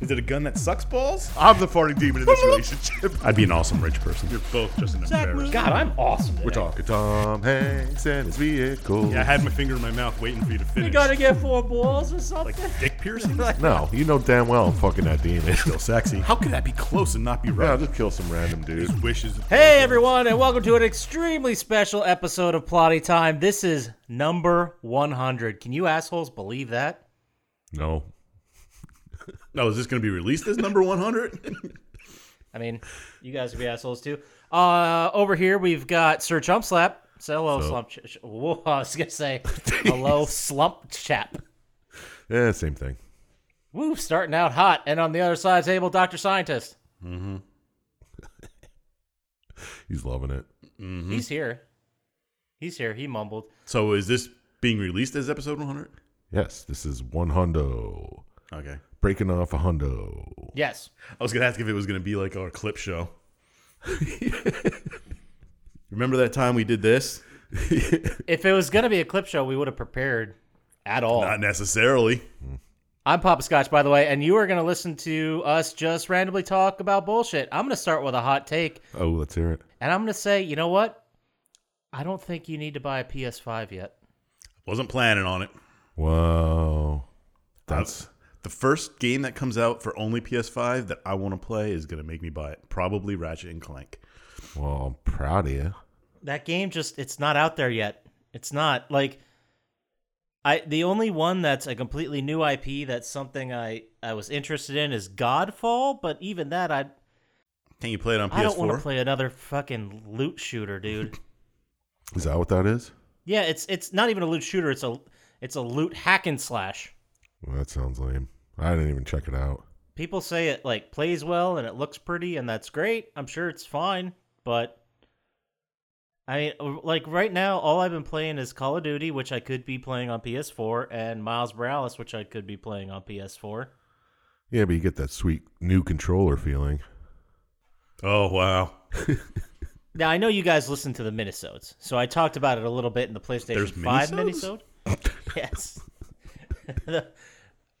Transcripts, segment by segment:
Is it a gun that sucks balls? I'm the farting demon in this relationship. I'd be an awesome rich person. You're both just an embarrassment. God, I'm awesome. We're talking Tom Hanks and his vehicle. Yeah, I had my finger in my mouth waiting for you to finish. You gotta get four balls or something. dick piercing. No, you know damn well I'm fucking that demon. Still sexy. How could that be close and not be Yeah, I'll right? just kill some random dude. Wishes. Hey everyone, and welcome to an extremely special episode of Plotty Time. This is number 100. Can you assholes believe that? No. No, Oh, is this going to be released as number 100? I mean, you guys would be assholes too. Uh, over here we've got Sir Chump Slap. Say hello, Slump. Ch- ch- whoa, I was gonna say hello, Slump Chap. Yeah, same thing. Woo, starting out hot, and on the other side of the table, Doctor Scientist. He's loving it. Mm-hmm. He's here. He's here. He mumbled. so is this being released as episode 100? Yes, this is one hundo. Okay. Breaking off a hundo. Yes. I was going to ask if it was going to be like our clip show. Remember that time we did this? If it was gonna be a clip show, we would have prepared at all. Not necessarily. I'm Papa Scotch, by the way, and you are going to listen to us just randomly talk about bullshit. I'm going to start with a hot take, Oh, let's hear it. and I'm going to say, you know what? I don't think you need to buy a PS5 yet. Wasn't planning on it. Wow. That's The first game that comes out for only PS5 that I want to play is going to make me buy it. Probably Ratchet and Clank. well, I'm proud of you. That game just, it's not out there yet. It's not. Like, I the only one that's a completely new IP that's something I, I was interested in is Godfall, but even that, I, Can you play it on PS4? I don't want to play another fucking loot shooter, dude. Is that what that is? yeah, it's it's not even a loot shooter. It's a it's a loot hack and slash. Well, that sounds lame. I didn't even check it out. people say it like plays well and it looks pretty and that's great i'm sure it's fine but i mean like right now all i've been playing is call of duty which i could be playing on ps4 and miles morales which i could be playing on ps4 Yeah, but you get that sweet new controller feeling. Oh, wow. now i know you guys listen to the minisodes so i talked about it a little bit in the playstation There's 5 minisodes? minisode yes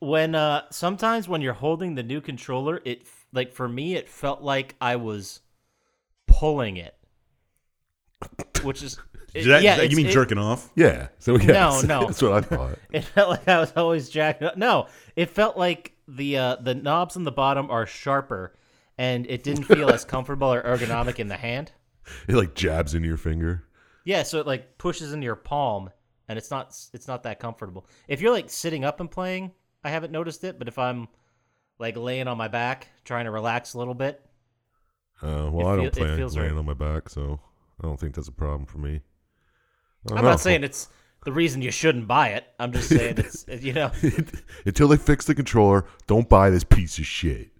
when uh sometimes when you're holding the new controller it like for me it felt like i was pulling it which is Is that- is yeah, that- you it's- mean it- jerking off? Yeah. So yes. no. That's what I thought. it felt like i was always jacking up no it felt like the uh the knobs on the bottom are sharper and it didn't feel as comfortable or ergonomic in the hand It like jabs into your finger. yeah so it like pushes into your palm and it's not it's not that comfortable if you're like sitting up and playing i haven't noticed it but if i'm like laying on my back trying to relax a little bit Uh, well, I don't It feel- it play laying feels right. on my back, so I don't think that's a problem for me. I I'm don't know. not saying it's the reason you shouldn't buy it. I'm just saying it's you know until they fix the controller. Don't buy this piece of shit.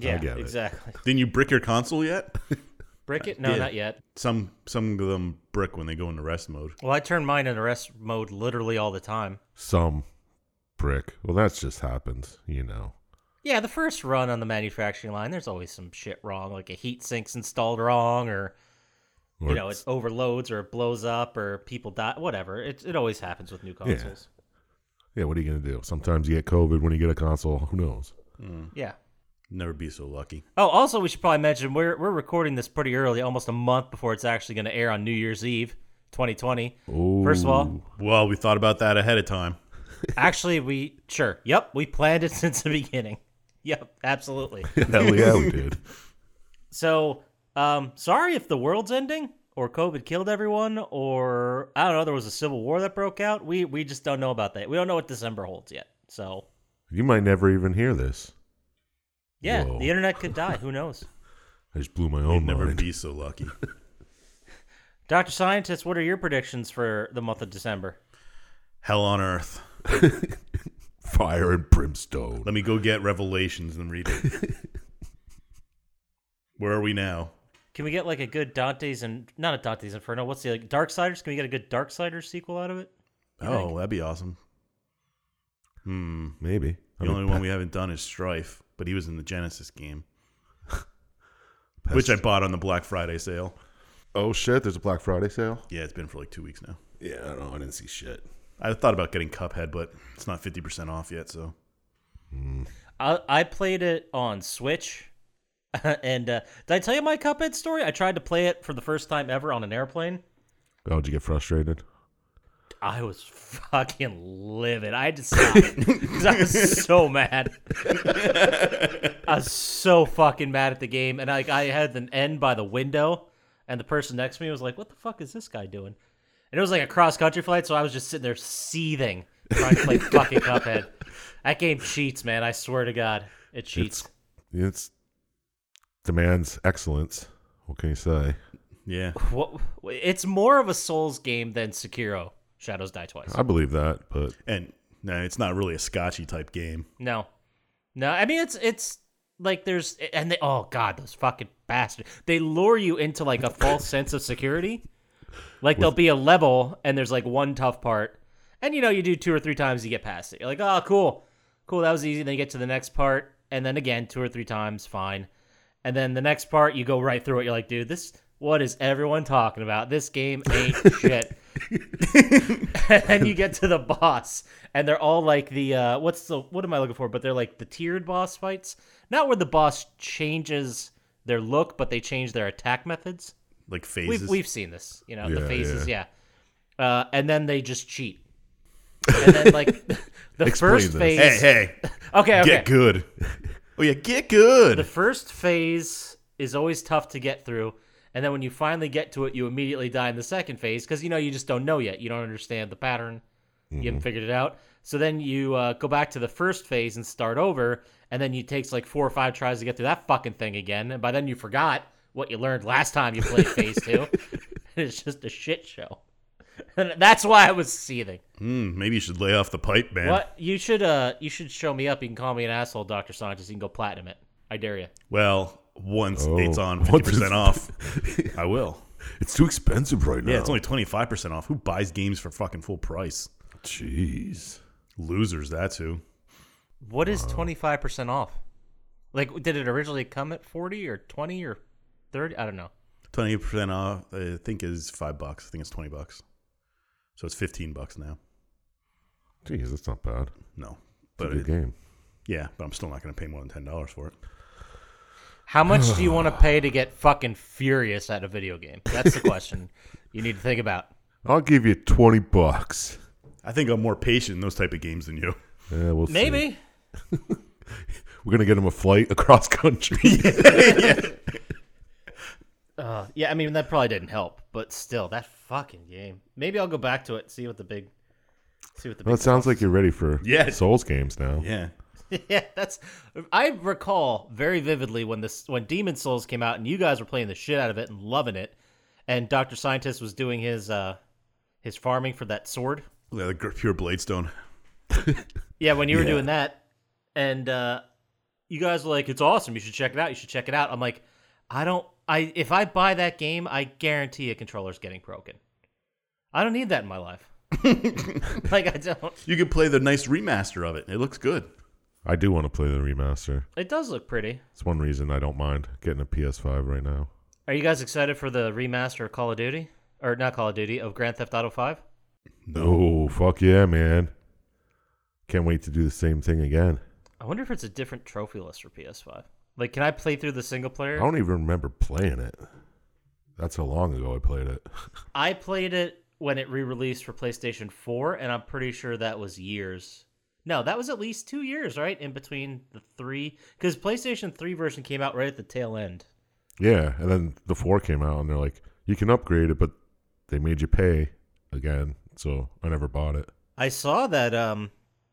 yeah get it. exactly. Didn't you brick your console yet? Brick it? No, Yeah. not yet. some some of them brick when they go into rest mode. Well, I turn mine into rest mode literally all the time. Some brick. Well, that's just happens, you know. Yeah, the first run on the manufacturing line, there's always some shit wrong, like a heat sink's installed wrong, or Or you know it overloads, or it blows up, or people die, whatever. It it always happens with new consoles. yeah, what are you gonna do? Sometimes you get COVID when you get a console. Who knows? Yeah. Never be so lucky. Oh, also we should probably mention we're we're recording this pretty early, almost a month before it's actually going to air on New Year's Eve, 2020. First of all, Well, we thought about that ahead of time. Actually, we sure. Yep, we planned it since the beginning. Yep, absolutely. Hell yeah, we did. so, um, sorry if the world's ending or COVID killed everyone or I don't know. There was a civil war that broke out. We we just don't know about that. We don't know what December holds yet. So You might never even hear this. yeah, Whoa. the internet could die. Who knows? I just blew my We'd own never mind. be so lucky. Doctor Scientist, what are your predictions for the month of December? Hell on earth. Fire and brimstone. Let me go get Revelations and read it. Where are we now? Can we get like a good Dante's and not a Dante's Inferno? What's the like, Darksiders? Can we get a good Darksiders sequel out of it? oh, that'd be awesome. Hmm. Maybe. I The mean, only one we haven't done is Strife, but he was in the Genesis game, past- which I bought on the Black Friday sale. oh shit, there's a Black Friday sale. Yeah, it's been for like two weeks now. Yeah, I don't know. I didn't see shit. I thought about getting Cuphead, but it's not 50% off yet, so. I, I played it on Switch, and uh, did I tell you my Cuphead story? I tried to play it for the first time ever on an airplane. Oh, did you get frustrated? I was fucking livid. I had to stop because I was so mad. I was so fucking mad at the game, and like I had an end by the window, and the person next to me was like, "What the fuck is this guy doing?" And it was like a cross country flight, so I was just sitting there seething trying to play fucking Cuphead. That game cheats, man. I swear to God, it cheats. It's it's demands excellence. What can you say? Yeah. What? It's more of a Souls game than Sekiro. Shadows Die Twice. I believe that, but And no, it's not really a Scotchy type game. No, no. I mean, it's it's like there's and they oh god those fucking bastards they lure you into like a false sense of security. Like there'll be a level and there's like one tough part, and you know you do two or three times you get past it. You're like oh cool, cool that was easy. Then you get to the next part and then again two or three times fine, and then the next part you go right through it. You're like dude this. What is everyone talking about? This game ain't shit. and then you get to the boss, and they're all like the uh, what's the what am I looking for? But they're like the tiered boss fights, not where the boss changes their look, but they change their attack methods. Like phases. We've we've seen this, you know, the Yeah, phases, yeah. Uh, and then they just cheat, and then like the Explain first this. phase. hey, hey. Okay, okay. Get good. Oh yeah, get good. The first phase is always tough to get through, and then when you finally get to it, you immediately die in the second phase because you know you just don't know yet. You don't understand the pattern. You haven't figured it out. So then you uh, go back to the first phase and start over, and then you takes like four or five tries to get through that fucking thing again, and by then you forgot what you learned last time you played phase two. It's just a shit show. And that's why I was seething. Hmm, maybe you should lay off the pipe, man. What you should uh you should show me up. You can call me an asshole, Doctor Sanchez. You can go platinum it. I dare you. Well, once Oh. it's on Once 50% it's- off, I will. it's too expensive right now. Yeah, it's only 25% off. Who buys games for fucking full price? jeez. Losers, that's who. What is twenty five percent off? Like, did it originally come at forty or twenty or thirty? I don't know. 20% off, I think, is five bucks. I think it's 20 bucks. So it's 15 bucks now. Jeez, that's not bad. No. It's But a good it- game. yeah, but I'm still not going to pay more than $10 for it. How much do you want to pay to get fucking furious at a video game? That's the question you need to think about. I'll give you twenty bucks. I think I'm more patient in those type of games than you. Yeah, we'll see. Maybe. we're gonna get him a flight across country. Uh, yeah, I mean that probably didn't help, but still, that fucking game. Maybe I'll go back to it. See what the big. See what the well, big. it sounds like you're ready for Yeah. Souls games now. Yeah. yeah, that's. I recall very vividly when this when Demon Souls came out and you guys were playing the shit out of it and loving it, and Doctor Scientist was doing his uh his farming for that sword. Yeah, the gr- pure Bladestone. Yeah, when you were doing that, and uh, you guys were like, "It's awesome! You should check it out! You should check it out!" I'm like, "I don't. I if I buy that game, I guarantee a controller's getting broken. I don't need that in my life. like I don't. You could play the nice remaster of it. It looks good. I do want to play the remaster. It does look pretty. It's one reason I don't mind getting a PS5 right now. Are you guys excited for the remaster of Call of Duty or not Call of Duty of Grand Theft Auto Five? No, Oh, fuck yeah, man. Can't wait to do the same thing again. I wonder if it's a different trophy list for PS5. Like, can I play through the single I player? don't even remember playing it. That's how long ago I played it. I played it when it re-released for PlayStation 4, and I'm pretty sure that was years. No, that was at least two years, right, in between the three, because PlayStation 3 version came out right at the tail end. Yeah, and then the four came out, and they're like, you can upgrade it, but they made you pay again, so I never bought it. I saw that. Um,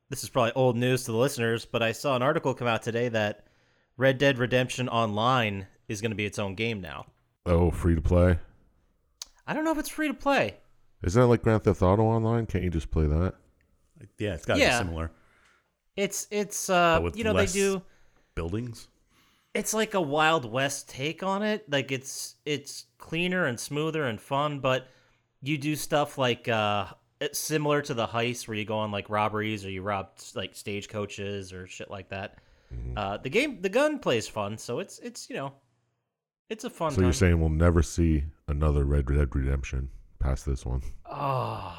this is probably old news to the listeners, but I saw an article come out today that Red Dead Redemption Online is going to be its own game now. Oh, free to play. I don't know if it's free to play. Isn't that like Grand Theft Auto Online? Can't you just play that? Yeah, it's got to Yeah. be similar. It's it's uh, But with you know less- they do Buildings? it's like a wild west take on it like it's it's cleaner and smoother and fun but you do stuff like uh it's similar to the heist where you go on like robberies or you rob like stagecoaches or shit like that Mm-hmm. uh the game the gun plays fun so it's it's you know it's a fun So you're time. saying we'll never see another Red Dead Redemption past this one? oh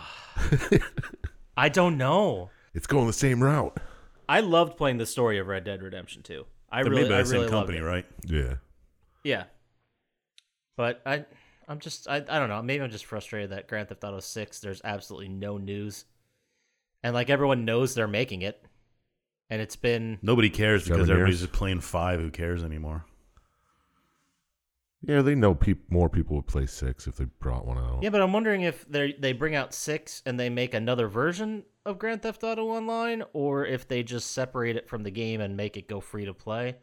i don't know It's going the same route. I loved playing the story of Red Dead Redemption 2. I They're really, made by I the same really loved company, it. right? Yeah. Yeah. But I I'm just I, I don't know, maybe I'm just frustrated that Grand Theft Auto 6 there's absolutely no news. And like everyone knows they're making it. And it's been Nobody cares because Seven everybody's years. just playing five. Who cares anymore? Yeah, they know peop- more people would play six if they brought one out. Yeah, but I'm wondering if they they bring out 6 and they make another version of Grand Theft Auto Online or if they just separate it from the game and make it go free to play.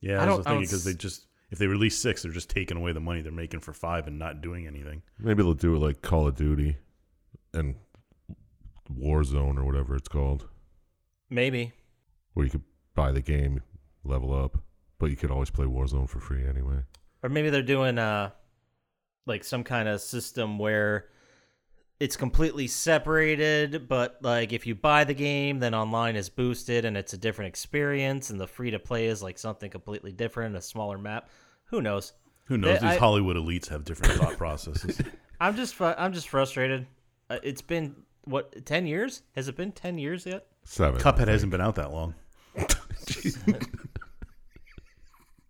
Yeah, I I, don't- was I don't thinking because they s- just if they release six, they're just taking away the money they're making for five and not doing anything. Maybe they'll do it like Call of Duty and Warzone or whatever it's called, Maybe. where you could buy the game, level up, but you could always play Warzone for free anyway. or maybe they're doing uh like some kind of system where it's completely separated but like if you buy the game then online is boosted and it's a different experience and the free to play is like something completely different a smaller map who knows Who knows? They- These I- Hollywood elites have different thought processes. i'm just fru- i'm just frustrated uh, it's been what 10 years has it been 10 years yet Seven. Cuphead hasn't been out that long.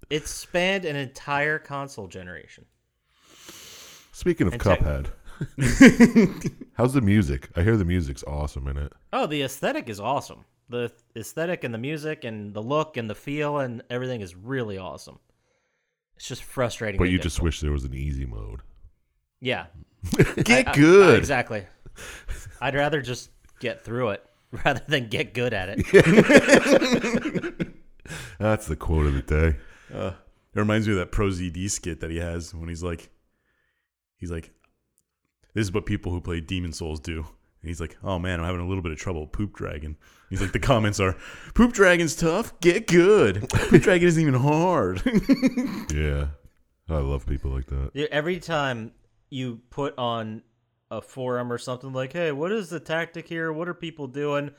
it's spanned an entire console generation Speaking of And tech- Cuphead, how's the music? I hear the music's awesome in it. Oh, the aesthetic is awesome. The aesthetic and the music and the look and the feel and everything is really awesome. It's just frustrating. But you just wish there was an easy mode. yeah, Get Uh, good. exactly. I'd rather just get through it rather than get good at it. That's the quote of the day. It reminds me of that Pro ZD skit that he has when he's like, he's like, this is what people who play Demon Souls do. And he's like, oh man, I'm having a little bit of trouble. with Poop Dragon. He's like, the comments are, Poop Dragon's tough. Get good. Poop Dragon isn't even hard. Yeah. I love people like that. Yeah, Every time you put on a forum or something like, "Hey, what is the tactic here? What are people doing?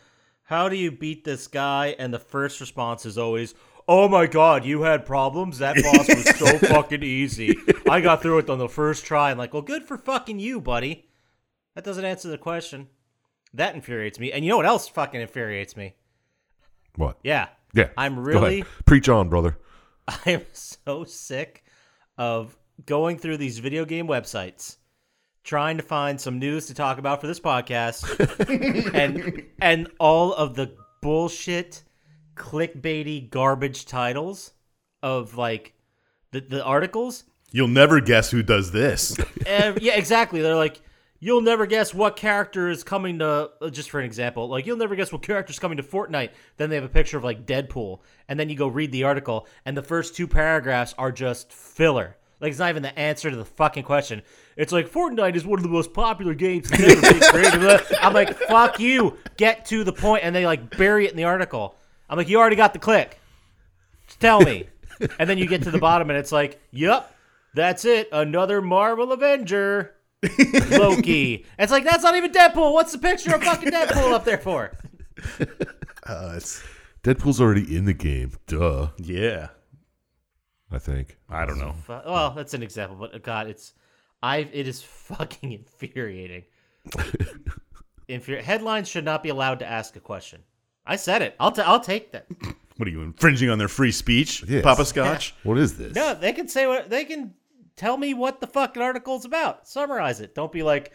How do you beat this guy?" and the first response is always, "Oh my god, you had problems. That boss was so fucking easy. I got through it on the first try." And like, "Well, good for fucking you, buddy." That doesn't answer the question. That infuriates me. And you know what else fucking infuriates me? What? Yeah. Yeah. I'm Go ahead. really Preach on, brother. I am so sick of going through these video game websites trying to find some news to talk about for this podcast and and all of the bullshit clickbaity garbage titles of like the, the articles You'll never guess who does this. Ev- yeah, exactly. They're like, you'll never guess what character is coming to. uh, Just for an example, like you'll never guess what character's coming to Fortnite. Then they have a picture of like Deadpool, and then you go read the article, and the first two paragraphs are just filler. Like it's not even the answer to the fucking question. It's like Fortnite is one of the most popular games that's ever been created. Blah. I'm like, fuck you. Get to the point, and they like bury it in the article. I'm like, you already got the click tell me. and then you get to the bottom and it's like, yep, that's it. Another Marvel Avenger. Loki. It's like, that's not even Deadpool. What's the picture of fucking Deadpool up there for? Uh, it's- Deadpool's already in the game. Duh. yeah. I think. I don't know. Fu- Well, that's an example, but uh, God, it's, I, it is fucking infuriating. Infuri- Headlines should not be allowed to ask a question. I said it. I'll, t- I'll take that. What are you infringing on their free speech, Yes. Papa Scotch? What is this? No, they can say what they can tell me what the fucking article's about. Summarize it. Don't be like,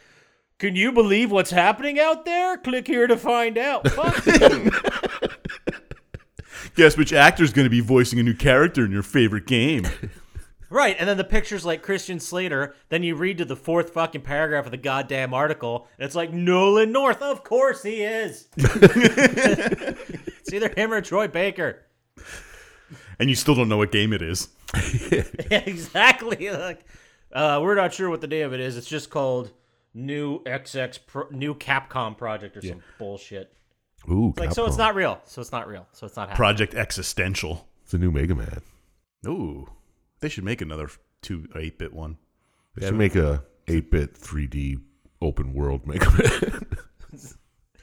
can you believe what's happening out there? Click here to find out. Fuck you. Guess which actor's going to be voicing a new character in your favorite game? right, and then the picture's like Christian Slater. Then you read to the fourth fucking paragraph of the goddamn article, and it's like Nolan North. Of course he is. it's either him or Troy Baker. and you still don't know what game it is. Yeah, exactly. Like, uh, we're not sure what the name of it is. It's just called New XX Pro- New Capcom Project or some bullshit. Ooh, Like, so it's Capcom. not real. So it's not real. So it's not happening. Project Existential. It's a new Mega Man. Ooh, they should make another f- two eight bit one. They should make a 8 bit 3D open world Mega Man.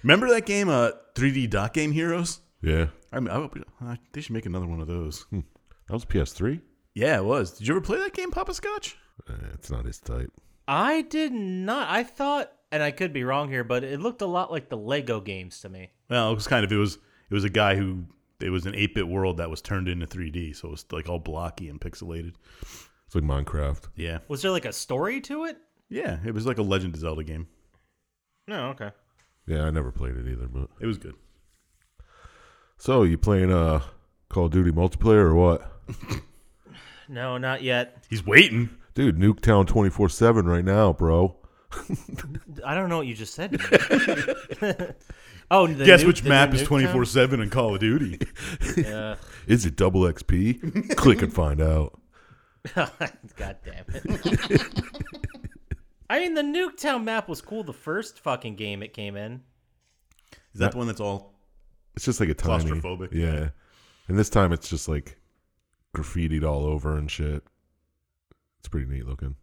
Remember that game, uh, 3D Dot Game Heroes? yeah. I mean, I, hope- uh, they should make another one of those. Hmm. That was PS3. Yeah, it was. Did you ever play that game, Papa Scotch? Eh, it's not his type. I did not. I thought, and I could be wrong here, but it looked a lot like the Lego games to me. Well, it was kind of. It was. It was a guy who it was an eight bit world that was turned into 3D, so it was like all blocky and pixelated. It's like Minecraft. Yeah, Was there like a story to it? yeah, it was like a Legend of Zelda game. No, okay. Yeah, I never played it either. But It was good. so you playing uh Call of Duty multiplayer or what, No, not yet. He's waiting. dude? Nuketown twenty four seven right now, bro. I don't know what you just said. to me. oh, the Guess nuke- which the map new is Nuketown? twenty four seven in Call of Duty? Yeah. Is it double XP? Click and find out. God damn it. I mean, the Nuketown map was cool the first fucking game it came in. Is that the one that's all? It's just like a tiny, Claustrophobic, Yeah. yeah. and this time it's just like graffitied all over and shit. It's pretty neat looking.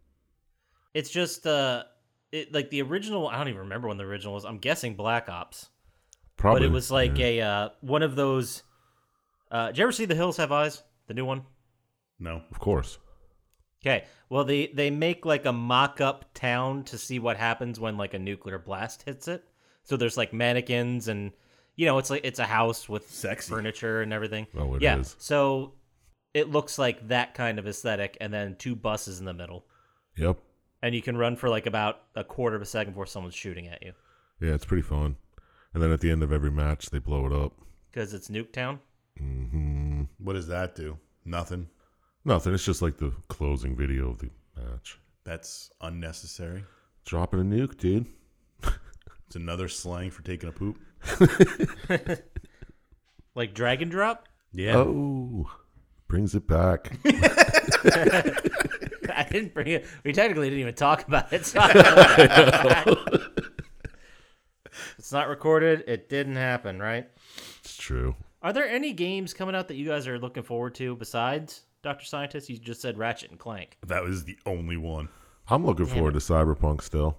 It's just, uh, it, like the original, I don't even remember when the original was. I'm guessing Black Ops. Probably, but it was like yeah. a, uh, one of those, uh, did you ever see The Hills Have Eyes? The new one? No, of course. Okay. Well, they they make like a mock-up town to see what happens when like a nuclear blast hits it. So there's like mannequins and you know, it's like it's a house with Sexy. furniture and everything. Oh, it yeah. is. So it looks like that kind of aesthetic and then two buses in the middle. Yep. And you can run for like about a quarter of a second before someone's shooting at you Yeah, it's pretty fun. And then at the end of every match, they blow it up. cuz it's Nuketown. hmm what does that do? Nothing. Nothing. It's just like the closing video of the match. That's unnecessary. Dropping a nuke, dude. It's another slang for taking a poop. Like drag and drop? Yeah. Oh, brings it back. I didn't bring it. We technically didn't even talk about it. So I don't know. it's not recorded. It didn't happen, right? it's true. Are there any games coming out that you guys are looking forward to besides Doctor Scientist? You just said Ratchet and Clank. That was the only one. I'm looking forward to Cyberpunk still.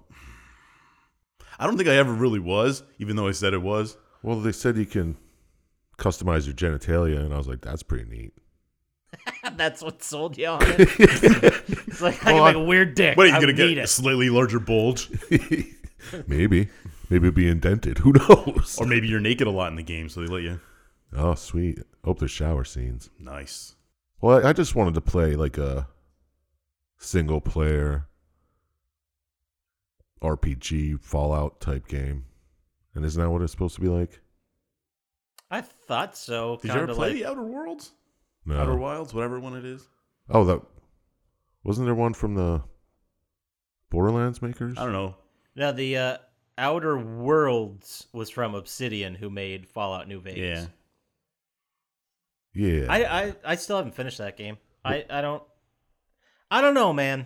I don't think I ever really was, even though I said it was. Well, they said you can customize your genitalia, and I was like, that's pretty neat. That's what sold you on it. it's like I can make a weird dick. What are you I gonna need get? A it. slightly larger bulge, Maybe. Maybe it'd be indented. Who knows? or maybe you're naked a lot in the game, so they let you. Oh, sweet. Hope there's shower scenes. Nice. Well, I, I just wanted to play like a single player RPG Fallout type game. And isn't that what it's supposed to be like? I thought so. Did you ever kinda play like- the uh, Outer Worlds? No. Outer Wilds, whatever one it is. Oh, that wasn't there one from the Borderlands makers? I don't know. No, the uh, Outer Worlds was from Obsidian, who made Fallout New Vegas. Yeah. Yeah, I, I I still haven't finished that game. I, I don't I don't know, man.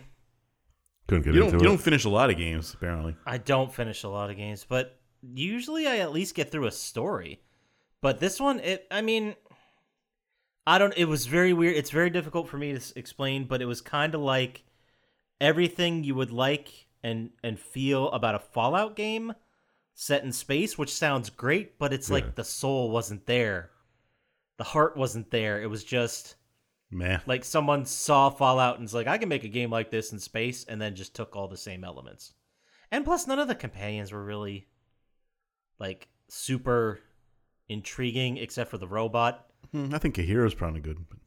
couldn't get You don't. into You it. don't finish a lot of games, apparently. I don't finish a lot of games, but usually I at least get through a story. But this one, it I mean, I don't. It was very weird. It's very difficult for me to s- explain, but it was kind of like everything you would like and and feel about a Fallout game set in space, which sounds great, but it's Yeah. like the soul wasn't there, the heart wasn't there. It was just Meh. like someone saw Fallout and was like, I can make a game like this in space, and then just took all the same elements. And plus, none of the companions were really like super intriguing, except for the robot. Hmm, I think Kahira's probably good. But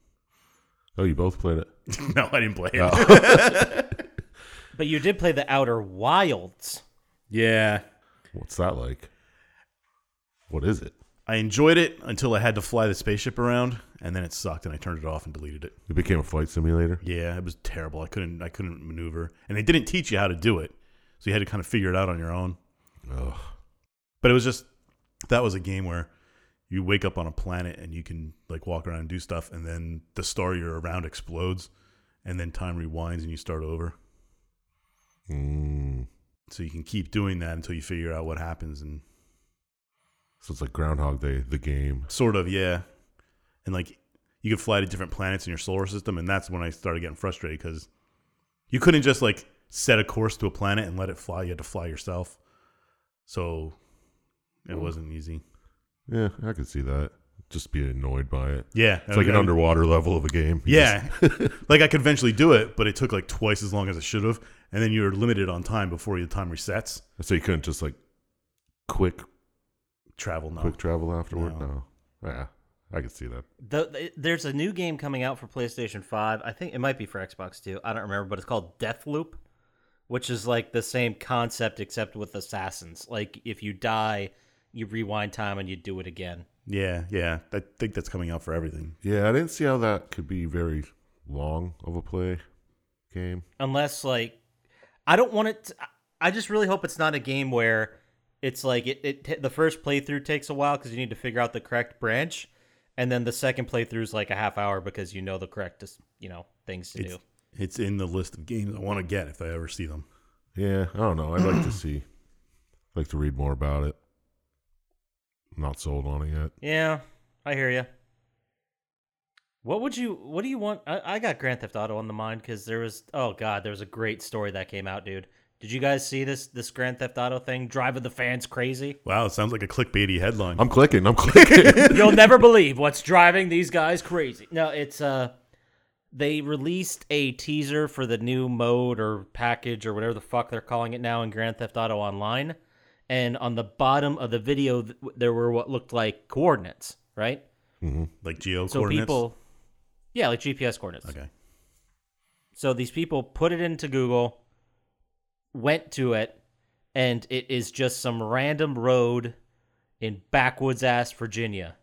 Oh, you both played it. no, I didn't play it. Oh. But you did play the Outer Wilds. Yeah, What's that like? What is it? I enjoyed it until I had to fly the spaceship around, and then it sucked, and I turned it off and deleted it. It became a flight simulator. Yeah, it was terrible. I couldn't. I couldn't maneuver, and they didn't teach you how to do it, so you had to kind of figure it out on your own. Ugh. But it was just that was a game where you wake up on a planet and you can like walk around and do stuff, and then the star you're around explodes, and then time rewinds and you start over. Mm. So you can keep doing that until you figure out what happens, and So it's like Groundhog Day, the game. sort of yeah, and like you could fly to different planets in your solar system, and that's when I started getting frustrated because you couldn't just like set a course to a planet and let it fly. You had to fly yourself, so Hmm. it wasn't easy. Yeah, I could see that. Just be annoyed by it. Yeah, It's like an underwater level of a game. You Yeah. like I could eventually do it, but it took like twice as long as it should have. And then you're limited on time before your time resets. just- so you couldn't just like quick Travel now. quick travel afterward. Oh. No. No. Yeah, I could see that. The, the- there's a new game coming out for PlayStation 5. I think it might be for Xbox too. I don't remember, but it's called Deathloop, which is like the same concept except with assassins. Like if you die, you rewind time and you do it again. Yeah, yeah. I think that's coming out for everything. Yeah, I didn't see how that could be very long of a play game. Unless like I don't want it to, I just really hope it's not a game where it's like it, it t- the first playthrough takes a while cuz you need to figure out the correct branch and then the second playthrough is like a half hour because you know the correct, you know, things to It's do. it's in the list of games I want to get if I ever see them. Yeah, I don't know. I'd like to see, I'd like to read more about it. Not sold on it yet. Yeah, I hear you. What would you? What do you want? I, I got Grand Theft Auto on the mind because there was. Oh God, there was a great story that came out, dude. Did you guys see this this Grand Theft Auto thing driving the fans crazy? Wow, it sounds like a clickbaity headline. I'm clicking. I'm clicking. You'll never believe what's driving these guys crazy. No, it's uh, they released a teaser for the new mode or package or whatever the fuck they're calling it now in Grand Theft Auto Online, and on the bottom of the video th- there were what looked like coordinates, right? like geo so coordinates. people yeah like gps coordinates okay. so these people put it into google went to it and it is just some random road in backwoods ass virginia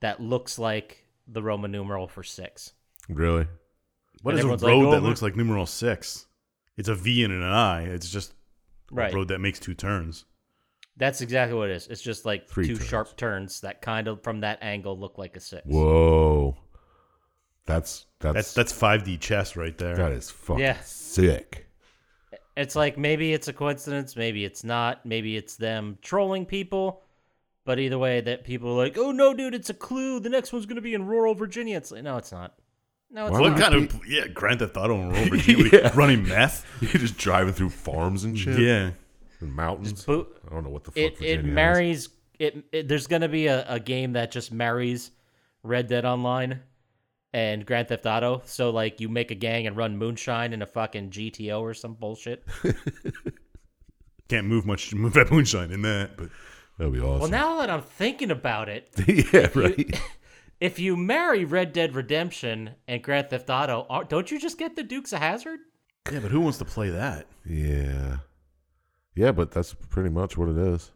that looks like the roman numeral for six really? What And is a everyone's road like, "Oh, that look." looks like numeral six? It's a V and an I. It's just right a road that makes two turns. that's exactly what it is it's just like Three two turns. sharp turns that kind of from that angle look like a six Whoa. That's That's that's, that's five D chess right there. that is fucking Yeah. sick. it's like maybe it's a coincidence, maybe it's not, maybe it's them trolling people. But either way, that people are like, "Oh no, dude, it's a clue. The next one's gonna be in rural Virginia." It's like, no, it's not. No, it's Why What not. would- kind of yeah? Grand Theft Auto and Rover running meth. You're just driving through farms and shit. Yeah, And mountains. boot- I don't know what the fuck It it Virginia is. marries it, it. There's gonna be a, a game that just marries Red Dead Online and Grand Theft Auto. So like, you make a gang and run moonshine in a fucking GTO or some bullshit. can't move much. Move that moonshine in that, but That'd be Well, awesome. now that I'm thinking about it, yeah, right. if you marry Red Dead Redemption and Grand Theft Auto, are- don't you just get the Dukes of Hazard? yeah. But who wants to play that? yeah. Yeah, but that's pretty much what it is.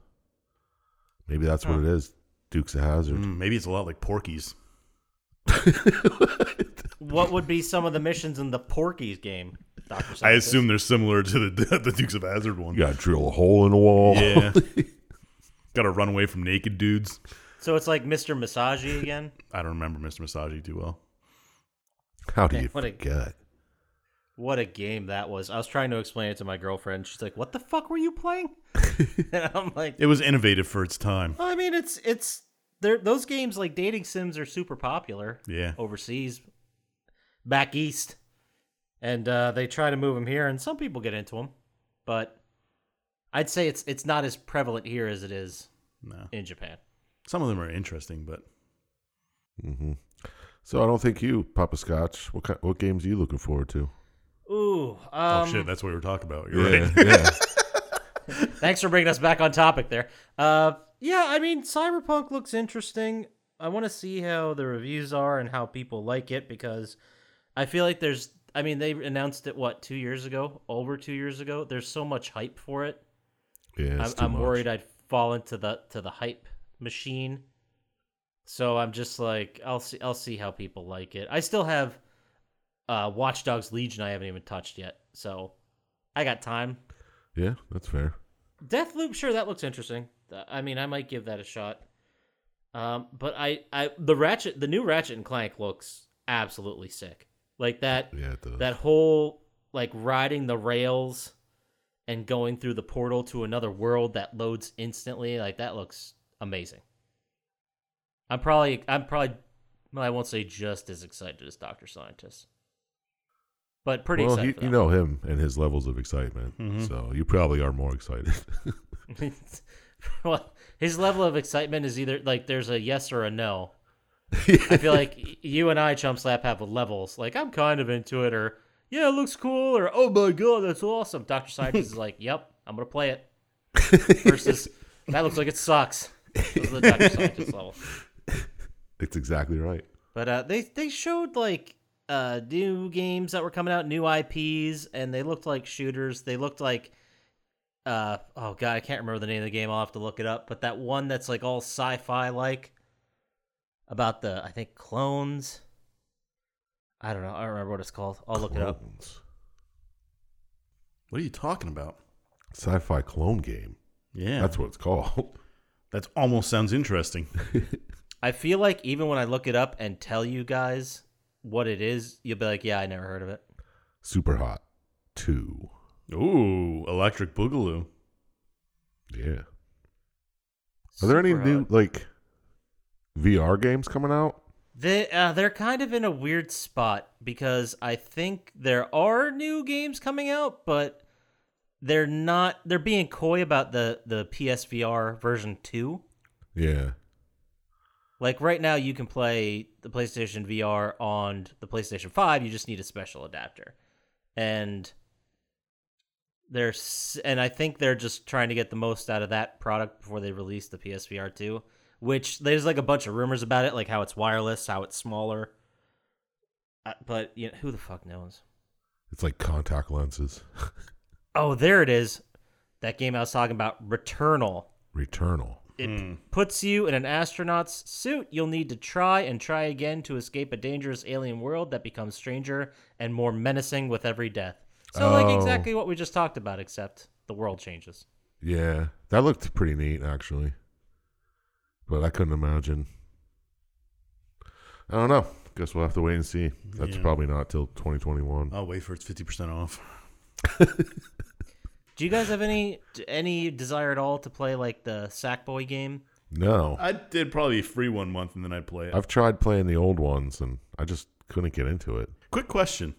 Maybe that's what it is. Dukes of Hazard. Mm, maybe it's a lot like Porky's. What would be some of the missions in the Porky's game, Doctor? I assume they're similar to the the Dukes of Hazard one. You gotta drill a hole in the wall. Yeah. Got to run away from naked dudes. So it's like Mr. Masagi again. I don't remember Mr. Masagi too well. How do Man, you what a- forget? what a game that was! I was trying to explain it to my girlfriend. She's like, "What the fuck were you playing?" and I'm like, It was innovative for its time. "I mean, it's it's there. Those games like dating sims are super popular Yeah. overseas, back east, and uh, they try to move them here, and some people get into them, but I'd say it's it's not as prevalent here as it is No. in Japan. Some of them are interesting, but hmm So I don't think you, Papa Scotch. What kind, what games are you looking forward to? Ooh, um, oh shit, that's what we were talking about. You're right. Yeah, yeah. Thanks for bringing us back on topic there. Uh, yeah, I mean, Cyberpunk looks interesting. I want to see how the reviews are and how people like it because I feel like there's. I mean, they announced it what two years ago, over two years ago. There's so much hype for it. Yeah, I'm, it's too I'm much. worried I'd fall into the to the hype machine. So I'm just like, I'll see, I'll see how people like it. I still have uh, Watch Dogs Legion. I haven't even touched yet, so I got time. Yeah, that's fair. Deathloop, sure, that looks interesting. Th- I mean, I might give that a shot. Um, but I, I, the Ratchet, the new Ratchet and Clank looks absolutely sick. Like that, Yeah, it does. that whole like riding the rails and going through the portal to another world that loads instantly. Like that looks amazing. I'm probably, I'm probably, well, I won't say just as excited as Doctor Scientist, but pretty well, excited. he- for you that Mm-hmm. know him and his levels of excitement, so you probably are more excited. well, his level of excitement is either like there's a yes or a no. I feel like y- you and I, Chump Slap, have levels. Like I'm kind of into it, or yeah, it looks cool, or oh my god, that's awesome. Doctor Scientist is like, yep, I'm gonna play it. Versus that looks like it sucks. Those are the Doctor Scientist level. It's exactly right. But uh, they they showed like uh, new games that were coming out, new IPs, and they looked like shooters. They looked like uh, oh god, I can't remember the name of the game. I'll have to look it up. But that one that's like all sci-fi like about the I think clones. I don't know. I don't remember what it's called. I'll look it up. Clones. What are you talking about? Sci-fi clone game. Yeah, That's what it's called. that almost sounds interesting. I feel like even when I look it up and tell you guys what it is, you'll be like, "Yeah, I never heard of it." Super Hot 2. Ooh, electric boogaloo. Yeah. Are there any Super new hot. like VR games coming out? They uh, they're kind of in a weird spot because I think there are new games coming out, but they're not. They're being coy about the the PSVR version two. Yeah. Like right now, you can play the PlayStation VR on the PlayStation Five. You just need a special adapter, and they're s- and I think they're just trying to get the most out of that product before they release the PSVR two. Which there's like a bunch of rumors about it, like how it's wireless, how it's smaller. Uh, but you know, who the fuck knows? It's like contact lenses. Oh, there it is. That game I was talking about, Returnal. Returnal. It Hmm. puts you in an astronaut's suit. You'll need to try and try again to escape a dangerous alien world that becomes stranger and more menacing with every death. So, like Oh. exactly what we just talked about, except the world changes. Yeah. That looked pretty neat actually. But I couldn't imagine. I don't know. Guess we'll have to wait and see. That's Yeah. Uh, probably not till 2021. I'll wait for its fifty percent off. Do you guys have any any desire at all to play like the Sackboy game? No. I did probably a free one month and then I'd play it. I've tried playing the old ones and I just couldn't get into it. Quick question: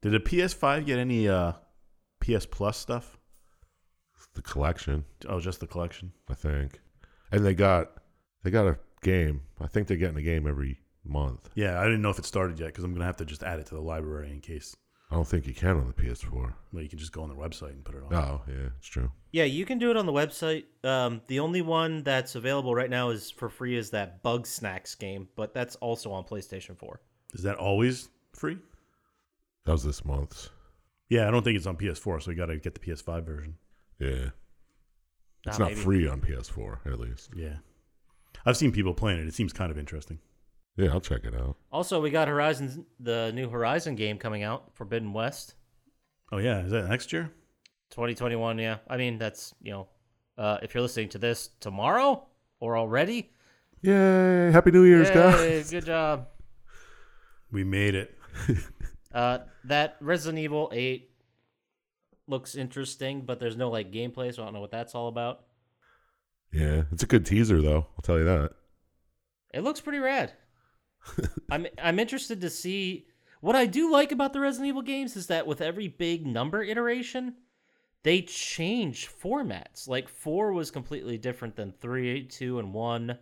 Did a PS5 get any uh, PS Plus stuff? The collection, Oh, just the collection. I think. And they got they got a game. I think they're getting a game every month. Yeah, I didn't know if it started yet because I'm gonna have to just add it to the library in case. I don't think you can on the PS4. Well, you can just go on their website and put it on. Oh, yeah, it's true. Yeah, you can do it on the website. Um, the only one that's available right now is for free is that Bug Snacks game, but that's also on PlayStation Four. Is that always free? That was this month's. Yeah, I don't think it's on PS4, so you got to get the PS5 version. Yeah. It's Ah, not maybe. free on PS4, at least. Yeah, I've seen people playing it. It seems kind of interesting. Yeah, I'll check it out. Also, we got Horizon, the new Horizon game coming out, Forbidden West. Oh yeah, is that next year? 2021 yeah i mean that's you know uh if you're listening to this tomorrow or already Yay! Happy New Year's, yay, guys. good job We made it. uh that resident evil 8 looks interesting but there's no like gameplay so i don't know what that's all about Yeah, it's a good teaser, though. I'll tell you that. it looks pretty rad i'm i'm interested to see what i do like about the resident evil games is that with every big number iteration they change formats like four was completely different than three two and one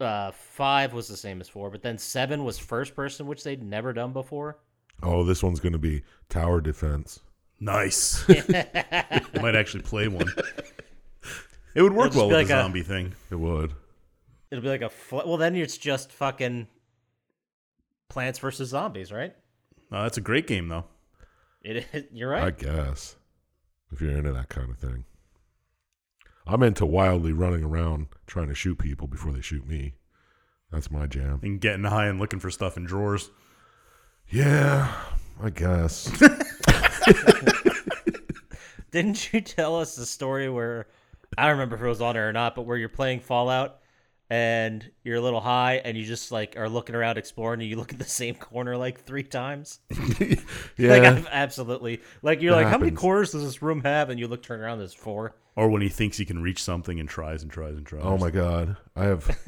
uh five was the same as four but then seven was first person which they'd never done before Oh, this one's going to be tower defense. Nice. I might actually play one. It would work well It'll just be with the like a- zombie thing. It would. it'll be like a fl- well then it's just fucking plants versus zombies right Uh, that's a great game though. it is you're right I guess. If you're into that kind of thing. I'm into wildly running around trying to shoot people before they shoot me. That's my jam. And getting high and looking for stuff in drawers. Yeah, I guess. Didn't you tell us the story where I don't remember if it was on there or not, but where you're playing Fallout and you're a little high and you just like are looking around exploring and you look at the same corner like three times? yeah. Like I've absolutely like you're That like, how many happens. corners does this room have? And you look turn around, there's four. Or when he thinks he can reach something and tries and tries and tries. Oh my god, I have